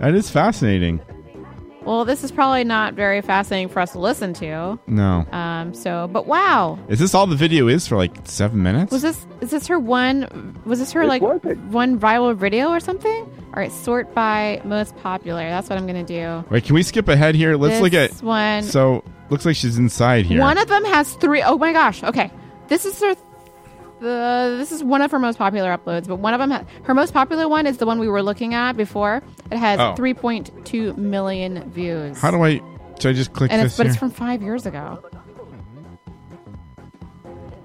Speaker 1: that is fascinating.
Speaker 2: Well, this is probably not very fascinating for us to listen to.
Speaker 1: No,
Speaker 2: Um, so, but wow,
Speaker 1: is this all the video is for like seven minutes?
Speaker 2: was this is this her one? Was this her
Speaker 3: It's
Speaker 2: like
Speaker 3: worth it.
Speaker 2: one viral video or something? All right, sort by most popular. That's what I'm gonna do.
Speaker 1: Wait, can we skip ahead here? Let's
Speaker 2: this
Speaker 1: look at.
Speaker 2: one.
Speaker 1: So looks like she's inside here.
Speaker 2: One of them has three oh my gosh. Okay, this is her. The, this is one of her most popular uploads, but one of them, ha- her most popular one, is the one we were looking at before. It has
Speaker 1: Oh.
Speaker 2: 3.2 million views,
Speaker 1: How do I? Should I just click
Speaker 2: and
Speaker 1: this
Speaker 2: it's but it's
Speaker 1: here?
Speaker 2: from five years ago.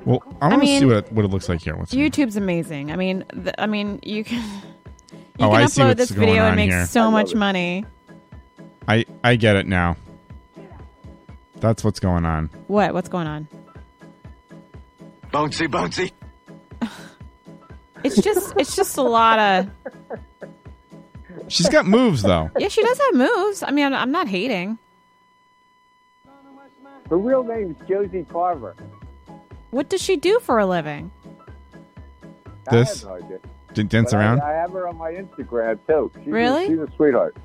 Speaker 1: well, I want to see
Speaker 2: mean-
Speaker 1: what it, what it looks like here. What's
Speaker 2: YouTube's amazing. I mean, th- I mean, you can you
Speaker 1: Oh,
Speaker 2: can
Speaker 1: I see
Speaker 2: upload
Speaker 1: what's
Speaker 2: this
Speaker 1: going
Speaker 2: video
Speaker 1: on
Speaker 2: and make
Speaker 1: here.
Speaker 2: so much money.
Speaker 1: I I get it now. That's what's going on.
Speaker 2: What? What's going on?
Speaker 6: Bouncy, bouncy.
Speaker 2: It's just it's just a lot of
Speaker 1: She's got moves though.
Speaker 2: yeah. She does have moves. I mean, I'm, I'm not hating.
Speaker 3: Her real name is Josie Carver.
Speaker 2: What does she do for a living?
Speaker 1: This-
Speaker 3: I have no idea.
Speaker 1: D- dance
Speaker 3: But I-
Speaker 1: around.
Speaker 3: I, have her on my Instagram too. She's a-
Speaker 2: Really?
Speaker 3: she's a sweetheart.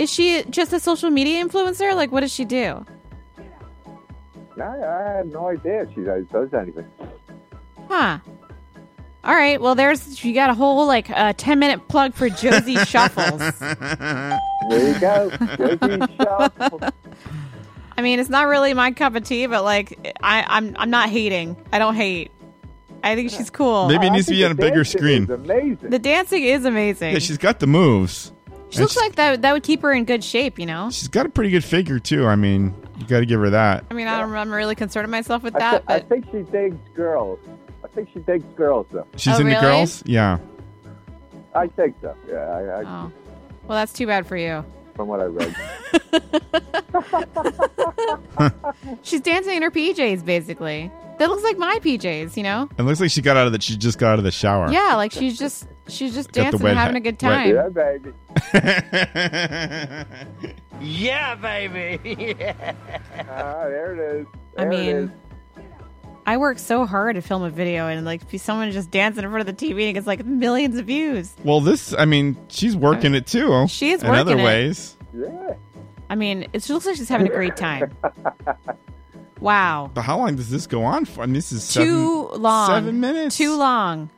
Speaker 2: Is she just a social media influencer? Like, what does she do?
Speaker 3: I, I had no idea she does, does anything.
Speaker 2: Huh. All right. Well, there's you got a whole like uh, ten minute plug for Josie Shuffles.
Speaker 3: There you go. Josie Shuffle.
Speaker 2: I mean, it's not really my cup of tea, but like I, I'm I'm not hating. I don't hate. I think she's cool.
Speaker 1: Maybe it
Speaker 3: I
Speaker 1: needs to
Speaker 3: think
Speaker 1: be on a
Speaker 3: the
Speaker 1: bigger
Speaker 3: dancing
Speaker 1: screen.
Speaker 3: is amazing.
Speaker 2: The dancing is amazing.
Speaker 1: Yeah, she's got the moves.
Speaker 2: she looks
Speaker 1: and she's-
Speaker 2: like that that would keep her in good shape, you know.
Speaker 1: She's got a pretty good figure too. I mean, you got to give her that.
Speaker 2: I mean, I don't, I'm really concerning myself with
Speaker 3: I,
Speaker 2: that,
Speaker 3: thi- I
Speaker 2: but
Speaker 3: think she digs girls. I think she digs girls though.
Speaker 1: She's
Speaker 2: Oh,
Speaker 1: into
Speaker 2: really?
Speaker 1: girls. Yeah.
Speaker 3: I think so. Yeah, I, I,
Speaker 2: oh, well, that's too bad for you.
Speaker 3: from what I read.
Speaker 2: She's dancing in her PJs, basically. That looks like my PJs, you know.
Speaker 1: It looks like she got out of the. She just got out of the shower.
Speaker 2: Yeah, like she's just she's just
Speaker 1: Got the
Speaker 2: dancing,
Speaker 1: wet
Speaker 2: and having
Speaker 1: ha-
Speaker 2: a good
Speaker 1: wet-
Speaker 2: time.
Speaker 3: yeah, baby.
Speaker 6: Yeah, baby.
Speaker 3: Ah, there it is.
Speaker 2: I
Speaker 3: There it is.
Speaker 2: mean, I work so hard to film a video, and like be someone just dancing in front of the TV and it gets like millions of views.
Speaker 1: well, this. I mean, she's working it too.
Speaker 2: She is
Speaker 1: in other
Speaker 2: working it.
Speaker 1: ways.
Speaker 3: yeah.
Speaker 2: I mean, it looks like she's having a great time. Wow,
Speaker 1: But how long does this go on for? I mean, this is seven,
Speaker 2: too long.
Speaker 1: Seven minutes.
Speaker 2: Too long.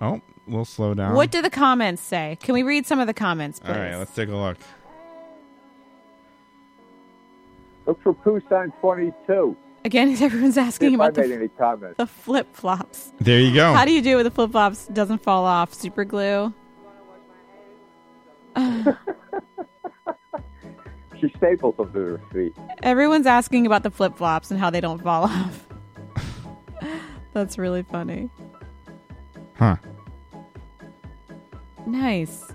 Speaker 1: Oh, we'll slow down.
Speaker 2: What do the comments say? Can we read some of the comments, please?
Speaker 1: All right, let's take a look.
Speaker 7: Look for Pusan 22.
Speaker 2: Again, everyone's asking
Speaker 7: if I
Speaker 2: about
Speaker 7: made
Speaker 2: the,
Speaker 7: any comments.
Speaker 2: the flip flops.
Speaker 1: There you go.
Speaker 2: How do you do it with the flip flops? Doesn't fall off. Super glue.
Speaker 7: She staples them to her feet.
Speaker 2: Everyone's asking about the flip flops and how they don't fall off. That's really funny.
Speaker 1: huh?
Speaker 2: Nice.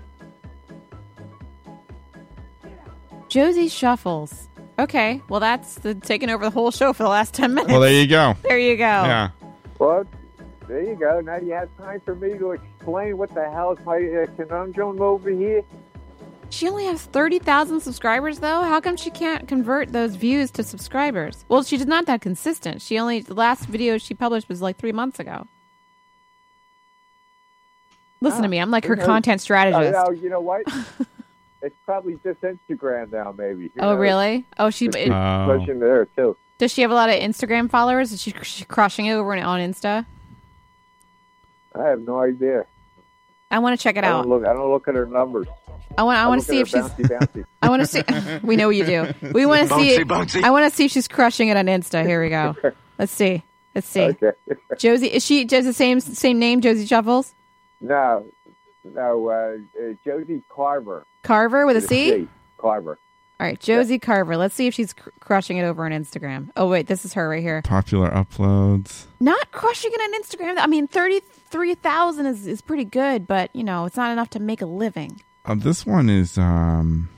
Speaker 2: Josie Shuffles. Okay, well, that's the, taking over the whole show for the last 10 minutes.
Speaker 1: Well, there you go.
Speaker 2: There you go.
Speaker 1: Yeah.
Speaker 7: Well, there you go. Now you have time for me to explain what the hell is my uh, conundrum over here.
Speaker 2: She only has 30,000 subscribers, though. How come she can't convert those views to subscribers? Well, she's not that consistent. She only, the last video she published was like three months ago. Listen to me. I'm like her
Speaker 7: Who knows?
Speaker 2: content strategist.
Speaker 7: Uh, no, you know what? it's probably just Instagram now, maybe. you
Speaker 2: Oh,
Speaker 7: know?
Speaker 2: really? Oh, she
Speaker 7: It's
Speaker 2: it-
Speaker 1: Oh.
Speaker 7: pushing there too.
Speaker 2: does. She have a lot of Instagram followers? Is she, she crossing over on Insta?
Speaker 7: I have no idea.
Speaker 2: I want to check it
Speaker 7: I don't
Speaker 2: out.
Speaker 7: look. I don't look at her numbers.
Speaker 2: I want. I want
Speaker 7: look
Speaker 2: to see
Speaker 7: at
Speaker 2: if
Speaker 7: her
Speaker 2: she's.
Speaker 7: bouncy,
Speaker 2: I want to see. We know you do. We want to see.
Speaker 3: bouncy.
Speaker 2: I want to see if she's crushing it on Insta. Here we go. Let's see. Let's see.
Speaker 7: bouncy. okay.
Speaker 2: Josie is she just the same same name? Josie Shuffles
Speaker 7: No, no. Uh, uh, Josie Carver.
Speaker 2: Carver with a
Speaker 7: With a
Speaker 2: C.
Speaker 7: C, Carver.
Speaker 2: All right, Josie Carver. Let's see if she's cr- crushing it over on Instagram. Oh wait, this is her right here.
Speaker 1: Popular uploads.
Speaker 2: Not crushing it on Instagram. I mean, thirty three thousand is is pretty good, but you know, it's not enough to make a living.
Speaker 1: Uh, this one is um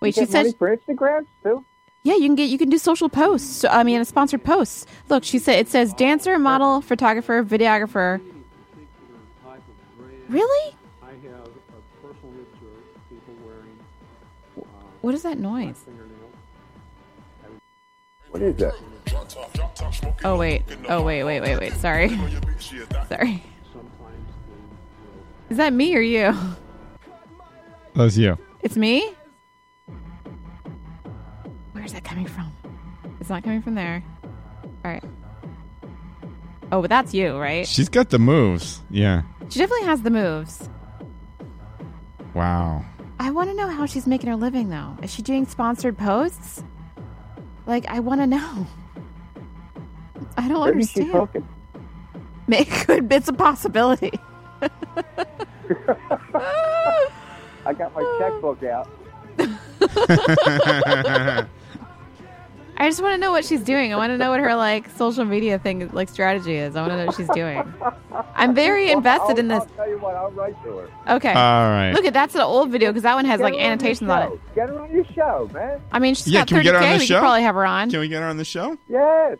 Speaker 2: Wait, she
Speaker 7: you get money
Speaker 2: said
Speaker 7: for Instagram too.
Speaker 2: Yeah, you can get you can do social posts. So, I mean, sponsored posts. Look, she said it says dancer, model, photographer, videographer. Really? What is that noise?
Speaker 7: What is that?
Speaker 2: Oh wait. Oh wait, wait, wait, wait. Sorry. Sorry. Is that me or you?
Speaker 1: that was oh, you.
Speaker 2: It's me? Where's that coming from? It's not coming from there. All right. Oh, but that's you, right?
Speaker 1: She's got the moves. Yeah.
Speaker 2: She definitely has the moves.
Speaker 1: Wow.
Speaker 2: I want to know how she's making her living, though. Is she doing sponsored posts? Like, I want to know. I don't
Speaker 7: Maybe she's
Speaker 2: understand.
Speaker 7: talking.
Speaker 2: It could, it's a possibility.
Speaker 7: I
Speaker 2: Uh,
Speaker 7: got my checkbook out.
Speaker 2: I just want to know what she's doing. I want to know what her like social media thing, like strategy is. I want to know what she's doing. I'm very invested
Speaker 7: I'll,
Speaker 2: in this.
Speaker 7: I'll tell you what. I'll write to her.
Speaker 2: Okay.
Speaker 1: All right.
Speaker 2: Look at that's an old video because that one has
Speaker 7: Get
Speaker 2: like
Speaker 7: her on your
Speaker 2: annotations on
Speaker 7: show.
Speaker 2: it.
Speaker 7: Get her on your show, man.
Speaker 2: I mean, she's
Speaker 1: Yeah,
Speaker 2: got
Speaker 1: can we get her
Speaker 2: 30k.
Speaker 1: on the
Speaker 2: we
Speaker 1: show?
Speaker 2: could probably have her on.
Speaker 1: Can we get her on the show?
Speaker 7: Yes.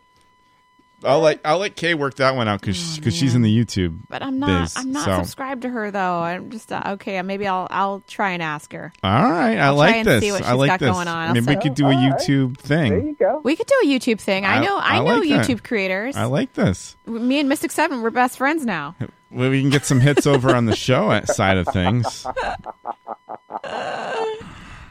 Speaker 1: I'll let I'll let Kay work that one out
Speaker 2: Oh,
Speaker 1: because she's in the YouTube.
Speaker 2: But I'm not.
Speaker 1: biz,
Speaker 2: I'm not
Speaker 1: so.
Speaker 2: subscribed to her though. I'm just uh, okay. Maybe I'll I'll try and ask her.
Speaker 1: All right, I
Speaker 2: try
Speaker 1: like
Speaker 2: and see
Speaker 1: this.
Speaker 2: what
Speaker 1: I
Speaker 2: she's
Speaker 1: like
Speaker 2: got
Speaker 1: this.
Speaker 2: going on. I'll
Speaker 1: Maybe we
Speaker 2: send-
Speaker 1: could do a
Speaker 7: All right.
Speaker 1: YouTube
Speaker 7: There
Speaker 1: thing.
Speaker 7: you go.
Speaker 2: We could do a YouTube thing. I,
Speaker 1: I-
Speaker 2: know. I,
Speaker 1: I
Speaker 2: know
Speaker 1: like that.
Speaker 2: YouTube creators.
Speaker 1: I like this.
Speaker 2: Me and Mystic Seven, we're best friends now.
Speaker 1: Well, we can get some hits over on the show at- side of things.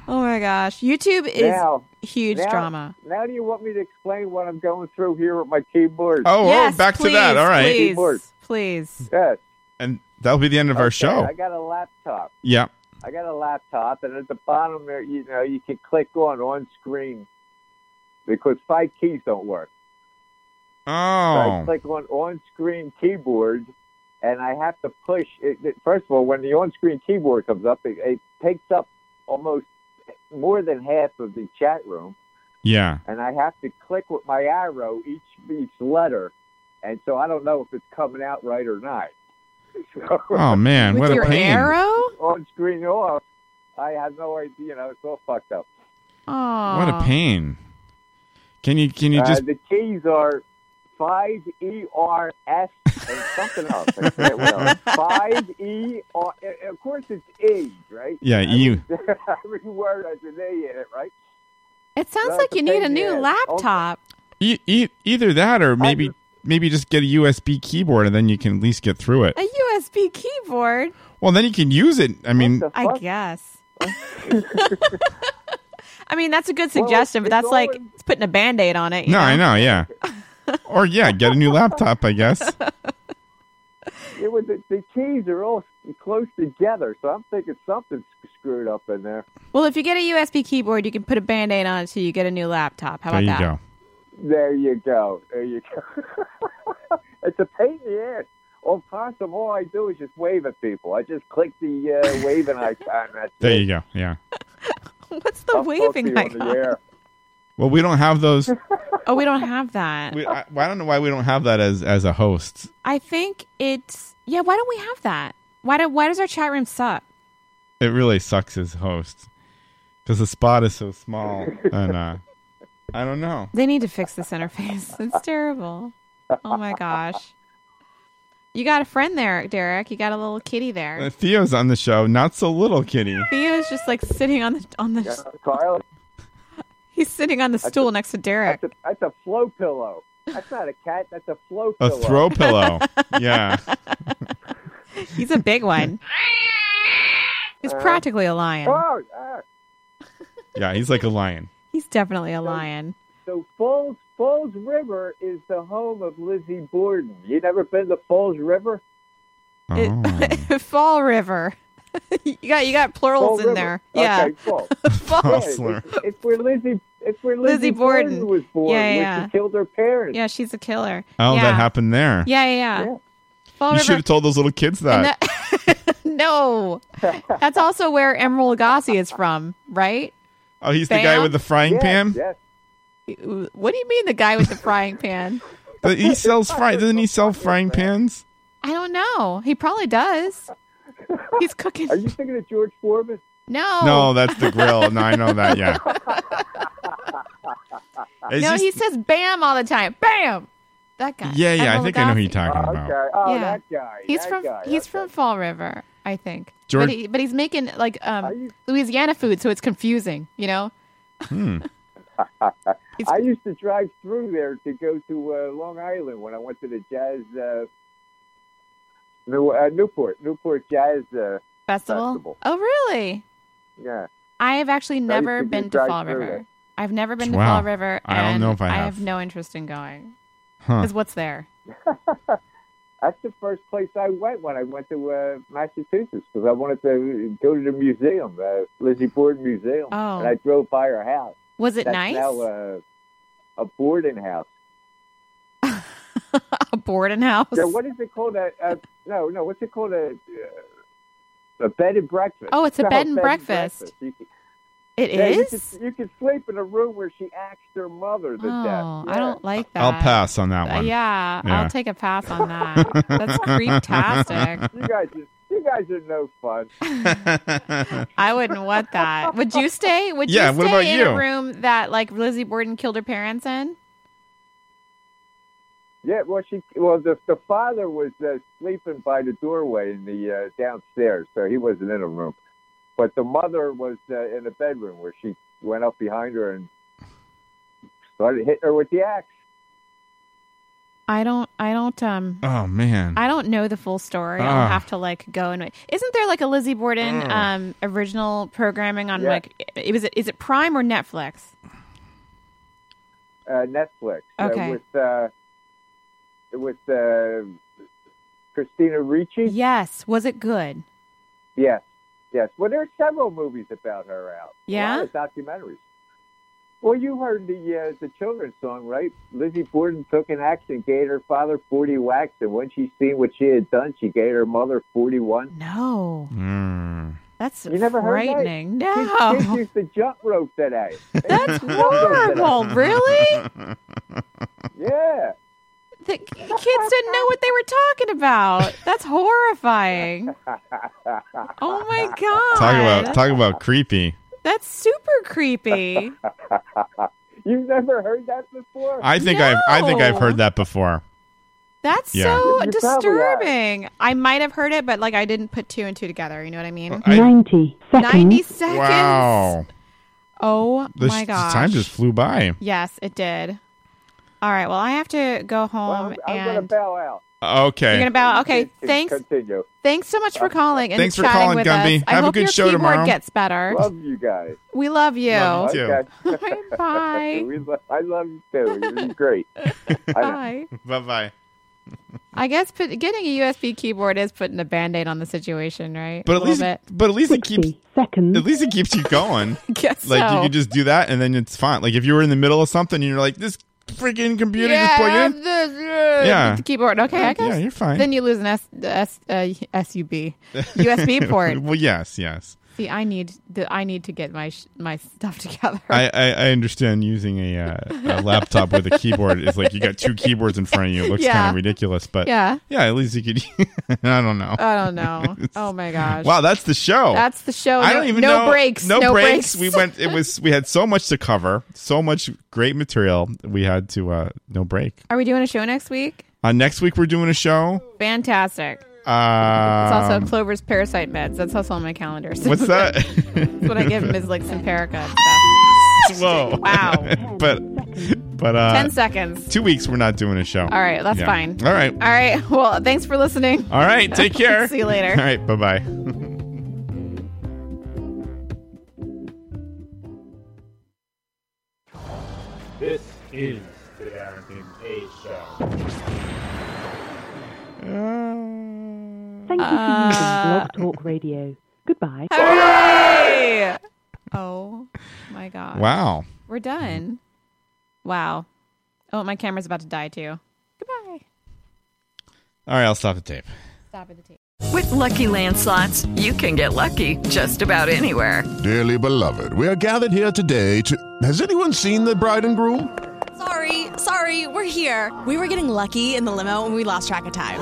Speaker 2: Oh my gosh, YouTube is
Speaker 7: Now-
Speaker 2: huge
Speaker 7: now,
Speaker 2: drama.
Speaker 7: Now, do you want me to explain what I'm going through here with my keyboard?
Speaker 1: Oh,
Speaker 2: yes,
Speaker 1: oh, back
Speaker 2: please,
Speaker 1: to that. All right,
Speaker 2: please,
Speaker 7: Keyboard.
Speaker 2: please.
Speaker 7: yes.
Speaker 1: and that'll be the end of our
Speaker 7: Okay,
Speaker 1: show.
Speaker 7: I got a laptop.
Speaker 1: yeah.
Speaker 7: I got a laptop, and at the bottom there, you know, you can click on on screen because five keys don't work. So I
Speaker 1: Oh,
Speaker 7: click on on screen keyboard, and I have to push. It, it- first of all, when the on screen keyboard comes up, it, it takes up almost more than half of the chat room,
Speaker 1: yeah.
Speaker 7: and I have to click with my arrow each each letter, and so I don't know if it's coming out right or not. So,
Speaker 1: Oh man,
Speaker 2: With
Speaker 1: what
Speaker 2: your
Speaker 1: a pain.
Speaker 2: arrow.
Speaker 7: on screen off, I have no idea. You know, it's all fucked up.
Speaker 2: Oh,
Speaker 1: What a pain. Can you can you
Speaker 7: Uh,
Speaker 1: just
Speaker 7: the keys are five E R S and something else. I forget what else. Five E R. Of course, it's E, right?
Speaker 1: Yeah, you.
Speaker 7: Every word has an A in it, right?
Speaker 2: It sounds
Speaker 7: That's
Speaker 2: like
Speaker 7: the
Speaker 2: you need
Speaker 7: thing
Speaker 2: a new
Speaker 7: is,
Speaker 2: laptop.
Speaker 1: E- e- either that or maybe maybe just get a USB keyboard and then you can at least get through it.
Speaker 2: A USB keyboard,
Speaker 1: Well, then you can use it. I mean,
Speaker 7: What the
Speaker 2: I
Speaker 7: fuck?
Speaker 2: guess. I mean, that's a good suggestion, but
Speaker 7: it's
Speaker 2: that's
Speaker 7: all
Speaker 2: like
Speaker 7: in-
Speaker 2: it's putting a band aid on it. you
Speaker 1: no, I know, yeah. or yeah, get a new laptop, I guess.
Speaker 7: It was the, the keys are all close together. So I'm thinking something's screwed up in there.
Speaker 2: Well, if you get a USB keyboard, you can put a band aid on it so you get a new laptop. How
Speaker 1: there you
Speaker 2: about that?
Speaker 1: go.
Speaker 7: There you go. There you go. it's a pain in the ass. On Possum, all I do is just wave at people. I just click the uh, waving icon. That's
Speaker 1: There
Speaker 7: it.
Speaker 1: you go. Yeah.
Speaker 2: What's the
Speaker 7: I'll talk to you
Speaker 2: waving
Speaker 7: on the
Speaker 2: icon?
Speaker 7: air.
Speaker 1: Well, we don't have those.
Speaker 2: Oh, we don't have that.
Speaker 1: We, I, I don't know why we don't have that as as a host.
Speaker 2: I think it's yeah. Why don't we have that? Why do, Why does our chat room suck?
Speaker 1: It really sucks as host because the spot is so small, and uh, I don't know.
Speaker 2: They need to fix this interface. It's terrible. Oh my gosh. You got a friend there, Derek. You got a little kitty
Speaker 1: Uh,
Speaker 2: there.
Speaker 1: Theo's on the show. Not so little, kitty.
Speaker 2: Theo's just like sitting on the on
Speaker 7: Yeah,
Speaker 2: the
Speaker 7: Kyle,
Speaker 2: he's sitting on the stool next to Derek.
Speaker 7: that's a, that's a flow pillow. That's not a cat. That's a flow
Speaker 1: A
Speaker 7: pillow.
Speaker 1: throw pillow. Yeah.
Speaker 2: He's a big one. He's
Speaker 7: Uh,
Speaker 2: practically a lion.
Speaker 7: Oh, ah.
Speaker 1: Yeah. He's like a lion.
Speaker 2: He's definitely a lion.
Speaker 7: So Falls Falls River is the home of Lizzie Borden. You never been to Falls River?
Speaker 1: Oh.
Speaker 2: It, Fall River. you got you got plurals
Speaker 7: Falls
Speaker 2: in
Speaker 7: River.
Speaker 2: there. Yeah.
Speaker 7: Okay, cool.
Speaker 2: Fall-
Speaker 7: Yeah,
Speaker 1: Hustler.
Speaker 7: it's, it's where Lizzie. It's where Lizzie,
Speaker 2: Lizzie
Speaker 7: Borden.
Speaker 2: Borden.
Speaker 7: was born.
Speaker 2: Yeah,
Speaker 7: when
Speaker 2: yeah.
Speaker 7: She killed her parents.
Speaker 2: yeah, she's a killer.
Speaker 1: Oh,
Speaker 2: yeah.
Speaker 1: that happened there.
Speaker 2: Yeah, yeah, yeah.
Speaker 7: Yeah.
Speaker 2: Fall
Speaker 1: You
Speaker 2: River.
Speaker 1: should have told those little kids that.
Speaker 2: And that- no. That's also where Emerald Lagasse is from, right?
Speaker 1: oh, he's the guy
Speaker 2: Bam.
Speaker 1: with the frying
Speaker 7: Yes,
Speaker 1: pan.
Speaker 7: Yes.
Speaker 2: What do you mean the guy with the frying pan?
Speaker 1: But He sells fry. Doesn't he sell frying pans?
Speaker 2: I don't know. He probably does. He's cooking.
Speaker 7: Are you thinking of George Foreman?
Speaker 2: No.
Speaker 1: No, that's the grill. No, I know that. Yeah. It's
Speaker 2: No,
Speaker 1: just-
Speaker 2: he says bam all the time. Bam. That guy.
Speaker 1: yeah, yeah. I
Speaker 2: Emeril
Speaker 1: think I know who you're
Speaker 2: Lagasse.
Speaker 1: talking
Speaker 7: Oh,
Speaker 1: about.
Speaker 7: okay. Oh,
Speaker 2: Yeah.
Speaker 7: that guy.
Speaker 2: He's
Speaker 7: that
Speaker 2: from
Speaker 7: guy.
Speaker 2: he's
Speaker 7: Okay.
Speaker 2: from Fall River, I think.
Speaker 1: George-
Speaker 2: But, he, but he's making like
Speaker 7: I
Speaker 2: um,
Speaker 7: used,
Speaker 2: Louisiana food, so it's confusing, you know.
Speaker 1: Hmm,
Speaker 2: It's-
Speaker 7: I used to drive through there to go to uh, Long Island when I went to the jazz. Uh, New, uh, Newport, Newport Jazz. Uh,
Speaker 2: Festival.
Speaker 7: Festival.
Speaker 2: Oh, really?
Speaker 7: yeah.
Speaker 2: I have actually
Speaker 7: used
Speaker 2: never
Speaker 7: to be
Speaker 2: been to
Speaker 7: drive
Speaker 2: Fall
Speaker 7: through
Speaker 2: River.
Speaker 7: it.
Speaker 2: I've never been to
Speaker 1: Wow.
Speaker 2: Fall River.
Speaker 1: I don't
Speaker 2: and
Speaker 1: know if I have.
Speaker 2: no interest in going.
Speaker 1: Huh.
Speaker 2: Because what's there?
Speaker 7: That's the first place I went when I went to uh, Massachusetts because I wanted to go to the museum, uh, Lizzie Borden Museum,
Speaker 2: Oh.
Speaker 7: and I drove by her house.
Speaker 2: Was it
Speaker 7: That's
Speaker 2: nice?
Speaker 7: now uh, a boarding house.
Speaker 2: a boarding house.
Speaker 7: Yeah, what is it called? A, a, no, no, what's it called? A, uh, a bed and breakfast.
Speaker 2: Oh, it's a
Speaker 7: No,
Speaker 2: bed and breakfast.
Speaker 7: You can,
Speaker 2: It
Speaker 7: yeah, you
Speaker 2: is.
Speaker 7: could- You can sleep in a room where she axed her mother to
Speaker 2: oh,
Speaker 7: death.
Speaker 2: I don't like that.
Speaker 1: I'll pass on that
Speaker 2: Uh,
Speaker 1: one.
Speaker 2: yeah,
Speaker 1: Yeah.
Speaker 2: I'll take a pass on that. That's creeptastic.
Speaker 7: You guys, are- you guys are no fun.
Speaker 2: I wouldn't want that. Would you stay? Would
Speaker 1: Yeah,
Speaker 2: you stay
Speaker 1: what about
Speaker 2: in
Speaker 1: you?
Speaker 2: a room that like Lizzie Borden killed her parents in?
Speaker 7: Yeah, well, she well the the father was uh, sleeping by the doorway in the uh, downstairs, so he wasn't in a room. But the mother was uh, in the bedroom where she went up behind her and started hitting her with the axe.
Speaker 2: I don't. I don't. Um.
Speaker 1: oh man.
Speaker 2: I don't know the full story. I'll
Speaker 1: Ah.
Speaker 2: have to like go and isn't there like a Lizzie Borden
Speaker 1: Mm.
Speaker 2: um original programming on
Speaker 7: Yeah.
Speaker 2: like it was is it Prime or Netflix?
Speaker 7: Uh, Netflix
Speaker 2: Okay.
Speaker 7: uh, with uh, with uh, Christina Ricci.
Speaker 2: Yes, was it good?
Speaker 7: Yes, yes. Well, there's several movies about her out.
Speaker 2: Yeah?
Speaker 7: a lot of documentaries. Well, you heard the uh, the children's song, right? Lizzie Borden took an axe and gave her father forty whacks, and when she seen what she had done, she gave her mother forty one.
Speaker 2: No,
Speaker 1: Mm.
Speaker 2: that's
Speaker 7: You never heard that?
Speaker 2: frightening.
Speaker 7: Kids
Speaker 2: No,
Speaker 7: used to jump rope today.
Speaker 2: that's horrible. really?
Speaker 7: Yeah.
Speaker 2: The kids didn't know what they were talking about. That's horrifying. Oh my god!
Speaker 1: Talk about talk about creepy.
Speaker 2: that's super creepy.
Speaker 7: You've never heard that before?
Speaker 2: Um,
Speaker 1: I think I've I think I've
Speaker 2: No.
Speaker 1: heard that before.
Speaker 2: That's
Speaker 1: Yeah.
Speaker 2: so
Speaker 7: You probably are.
Speaker 2: disturbing. I might have heard it, but like I didn't put two and two together. You know what I mean?
Speaker 1: I,
Speaker 5: 90
Speaker 2: Ninety seconds.
Speaker 1: wow.
Speaker 2: Oh
Speaker 1: The,
Speaker 2: my
Speaker 1: sh- the
Speaker 2: gosh.
Speaker 1: time just flew by.
Speaker 2: Yes, it did. All right. Well, I have to go
Speaker 7: Well,
Speaker 2: home
Speaker 7: I'm, I'm gonna
Speaker 2: and
Speaker 7: bow out.
Speaker 1: Okay.
Speaker 2: you're gonna bow. Okay.
Speaker 7: Con-
Speaker 2: Thanks.
Speaker 7: Continue.
Speaker 2: Thanks so much for calling and
Speaker 1: Thanks for
Speaker 2: chatting
Speaker 1: calling,
Speaker 2: with
Speaker 1: Gumby.
Speaker 2: us. I
Speaker 1: Have a
Speaker 2: hope
Speaker 1: good
Speaker 2: your
Speaker 1: show
Speaker 2: keyboard
Speaker 1: tomorrow.
Speaker 2: gets better.
Speaker 7: Love you guys.
Speaker 2: we love you.
Speaker 1: Love you
Speaker 7: Okay.
Speaker 2: Bye.
Speaker 7: We lo- I love you too. You're great.
Speaker 2: Bye.
Speaker 1: Bye bye.
Speaker 2: I guess put, getting a USB keyboard is putting a band-aid on the situation, right?
Speaker 1: But
Speaker 2: A
Speaker 1: at
Speaker 2: little
Speaker 1: least,
Speaker 2: bit.
Speaker 1: but at least it keeps
Speaker 8: seconds.
Speaker 1: At least it keeps you going.
Speaker 2: Guess
Speaker 1: like
Speaker 2: so.
Speaker 1: you could just do that, and then it's fine. Like if you were in the middle of something, and you're like this freaking computer just plugged in. Yeah.
Speaker 2: yeah. uh, The keyboard. Okay, I guess.
Speaker 1: Yeah, you're fine.
Speaker 2: Then you lose an S, the S, uh, SUB USB port.
Speaker 1: well, yes, yes.
Speaker 2: See, I need the, I need to get my sh- my stuff together.
Speaker 1: I, I, I understand using a, uh, a laptop with a keyboard is like you got two keyboards in front of you. It looks
Speaker 2: Yeah.
Speaker 1: kind of ridiculous, but
Speaker 2: Yeah.
Speaker 1: yeah. At least you could. I don't know.
Speaker 2: I don't know. Oh my gosh.
Speaker 1: Wow, that's the show.
Speaker 2: That's the show.
Speaker 1: I
Speaker 2: No-
Speaker 1: don't even
Speaker 2: no
Speaker 1: know.
Speaker 2: breaks,
Speaker 1: No,
Speaker 2: no
Speaker 1: breaks.
Speaker 2: breaks.
Speaker 1: We went. It was. We had so much to cover. So much great material. We had to. uh No break.
Speaker 2: Are we doing a show next week?
Speaker 1: Uh, next week we're doing a show.
Speaker 2: Fantastic. It's also
Speaker 1: Um,
Speaker 2: Clover's parasite meds. That's also on my calendar. So
Speaker 1: what's that?
Speaker 2: That's what I give him is like Simparica and stuff.
Speaker 1: Whoa!
Speaker 2: Wow.
Speaker 1: but but uh,
Speaker 2: Ten seconds.
Speaker 1: Two weeks we're not doing a show.
Speaker 2: All right, that's
Speaker 1: Yeah.
Speaker 2: fine.
Speaker 1: All right.
Speaker 2: All right. Well, thanks for listening.
Speaker 1: All right. Take care.
Speaker 2: See you later.
Speaker 1: All right. Bye bye.
Speaker 9: This is the Darrington K Show.
Speaker 8: Thank you for
Speaker 2: Uh,
Speaker 8: using Blog Talk Radio. Goodbye.
Speaker 2: Hooray! Oh my god.
Speaker 1: Wow.
Speaker 2: We're done. Wow. Oh, my camera's about to die too. Goodbye.
Speaker 1: All right. I'll stop the tape.
Speaker 2: Stop at the tape.
Speaker 10: With Lucky Land slots, you can get lucky just about anywhere.
Speaker 11: Dearly beloved, we are gathered here today to. Has anyone seen the bride and groom?
Speaker 12: Sorry, sorry, we're here. We were getting lucky in the limo and we lost track of time.